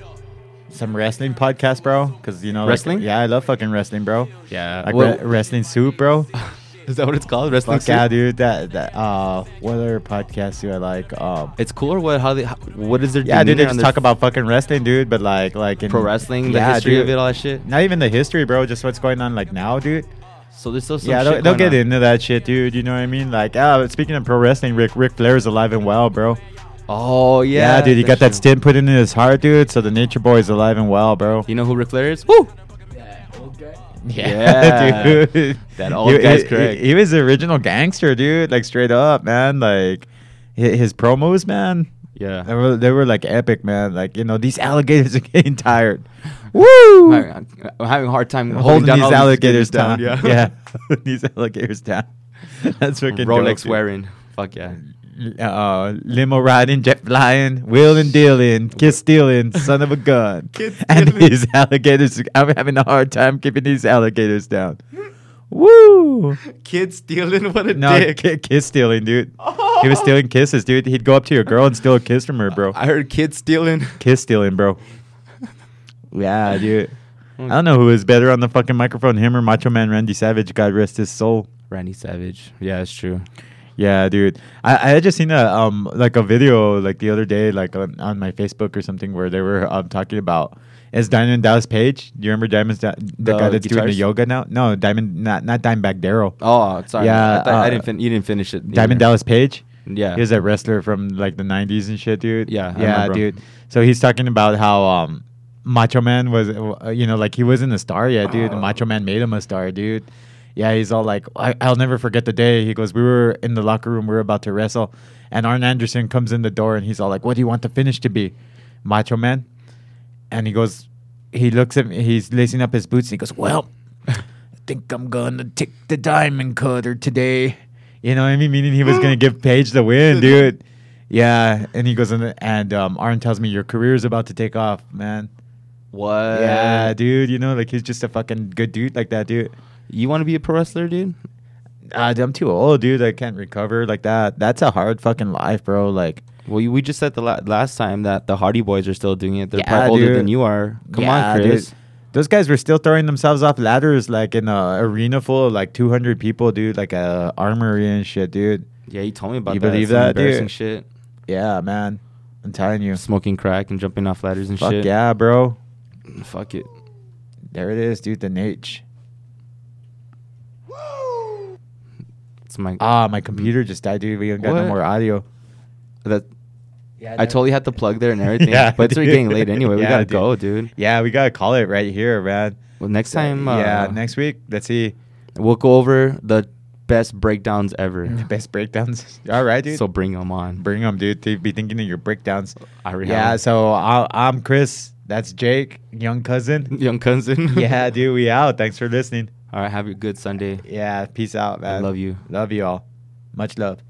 Some wrestling podcast, bro. Because, you know, like- Wrestling? yeah, I love fucking wrestling, bro. Yeah. Like what, re- wrestling soup, bro. is that what it's called? Wrestling. Fuck yeah, Soup? dude. That, that, uh, what other podcasts do I like? Um, It's cool or what? How they? How, what is their? yeah, dude, they demeanor on just their talk about fucking wrestling, dude, but like, like in pro wrestling, the Mm. Yeah, history of dude. it, all that shit. Not even the history, bro. Just what's going on, like now, dude. So there's still some yeah, shit don't, don't going get on. into that shit, dude. You know what I mean? Like, ah, speaking of pro wrestling, Rick Rick Flair is alive and well, bro. Oh yeah, Yeah, dude, he got that shit. stint put in his heart, dude. So the Nature Boy is alive and well, bro. You know who Ric Flair is? Woo! That old guy. Yeah. dude. That old guy's he, correct. He, he was the original gangster, dude. Like straight up, man. Like hi- his promos, man. They Yeah. were, they were like epic, man. Like you know, these alligators are getting tired. I'm Woo! having, I'm having a hard time Holding down these all alligators skaters down. Yeah, yeah. these alligators down. That's freaking dope, Rolex dude. wearing. Fuck yeah. uh, limo riding, jet flying, wheeling, dealing, kiss stealing, son of a gun. and these alligators, I'm having a hard time keeping these alligators down. Woo! Kid stealing. What a Oh. No, ki- kiss stealing, dude. He was stealing kisses, dude. He'd go up to your girl and steal a kiss from her, bro. I heard kid stealing. Kiss stealing, bro. Yeah, dude. I Hmm. don't know who is better on the fucking microphone, him or Macho Man Randy Savage, God rest his soul. Randy Savage. Yeah, it's true. Yeah, dude. I, I had just seen a um like a video like the other day like on, on my Facebook or something where they were um talking about is Diamond Dallas Page. Do you remember Diamond's da- the The guy that's doing the guitarist? yoga now? No, Diamond not not Diamondback Daryl. Oh, sorry. Yeah, I, thought, I uh, didn't. Fin- you didn't finish it. Diamond either. Dallas Page. Yeah. He was that wrestler from like the '90s and shit, dude. Yeah, I yeah, remember him. dude. So he's talking about how um, Macho Man was, uh, you know, like he wasn't a star yet, dude. Oh. and Macho Man made him a star, dude. Yeah, he's all like, I- I'll never forget the day. He goes, we were in the locker room, we were about to wrestle, and Arn Anderson comes in the door, and he's all like, what do you want the finish to be, Macho Man? And he goes, he looks at me, he's lacing up his boots, and he goes, well, think I'm gonna take the diamond cutter today. You know what I mean? Meaning he was gonna give Paige the win, dude. Yeah, and he goes in, and um, Arn tells me your career is about to take off, man. What? Yeah, dude. You know, like he's just a fucking good dude like that, dude. You want to be a pro wrestler, dude? Uh, dude, I'm too old, dude. I can't recover like that. That's a hard fucking life, bro. Like, Well, you, we just said the la- last time that the Hardy Boys are still doing it. They're Yeah, probably older dude. than you are. Come yeah, on, dude. Chris. Those guys were still throwing themselves off ladders, like in a arena full of like 200 people, dude. Like a armory and shit, dude. Yeah, you told me about You that. believe Some that, dude? embarrassing shit. Yeah, man. I'm telling you. Smoking crack and jumping off ladders and Fuck shit. yeah, bro. Fuck it. There it is, dude. The Nate. It's my Ah, my computer just died, dude. We don't got no Mm-hmm. What? more audio. that I totally had the plug there and everything. Yeah, but it's already getting dude. late anyway. We Yeah, gotta dude. go, dude. Yeah, we gotta call it right here, man. Well, next time, uh, yeah, next week. Let's see we'll go over the best breakdowns ever. best breakdowns. All right, Mm. dude. so bring them on. bring them, dude. To be thinking of your breakdowns. I already Yeah. have So I, I'm Chris. That's Jake, young cousin. young cousin. yeah, dude. We out. Thanks for listening. All right. Have a good Sunday. Yeah. Peace out, man. love you. Love you all. Much love.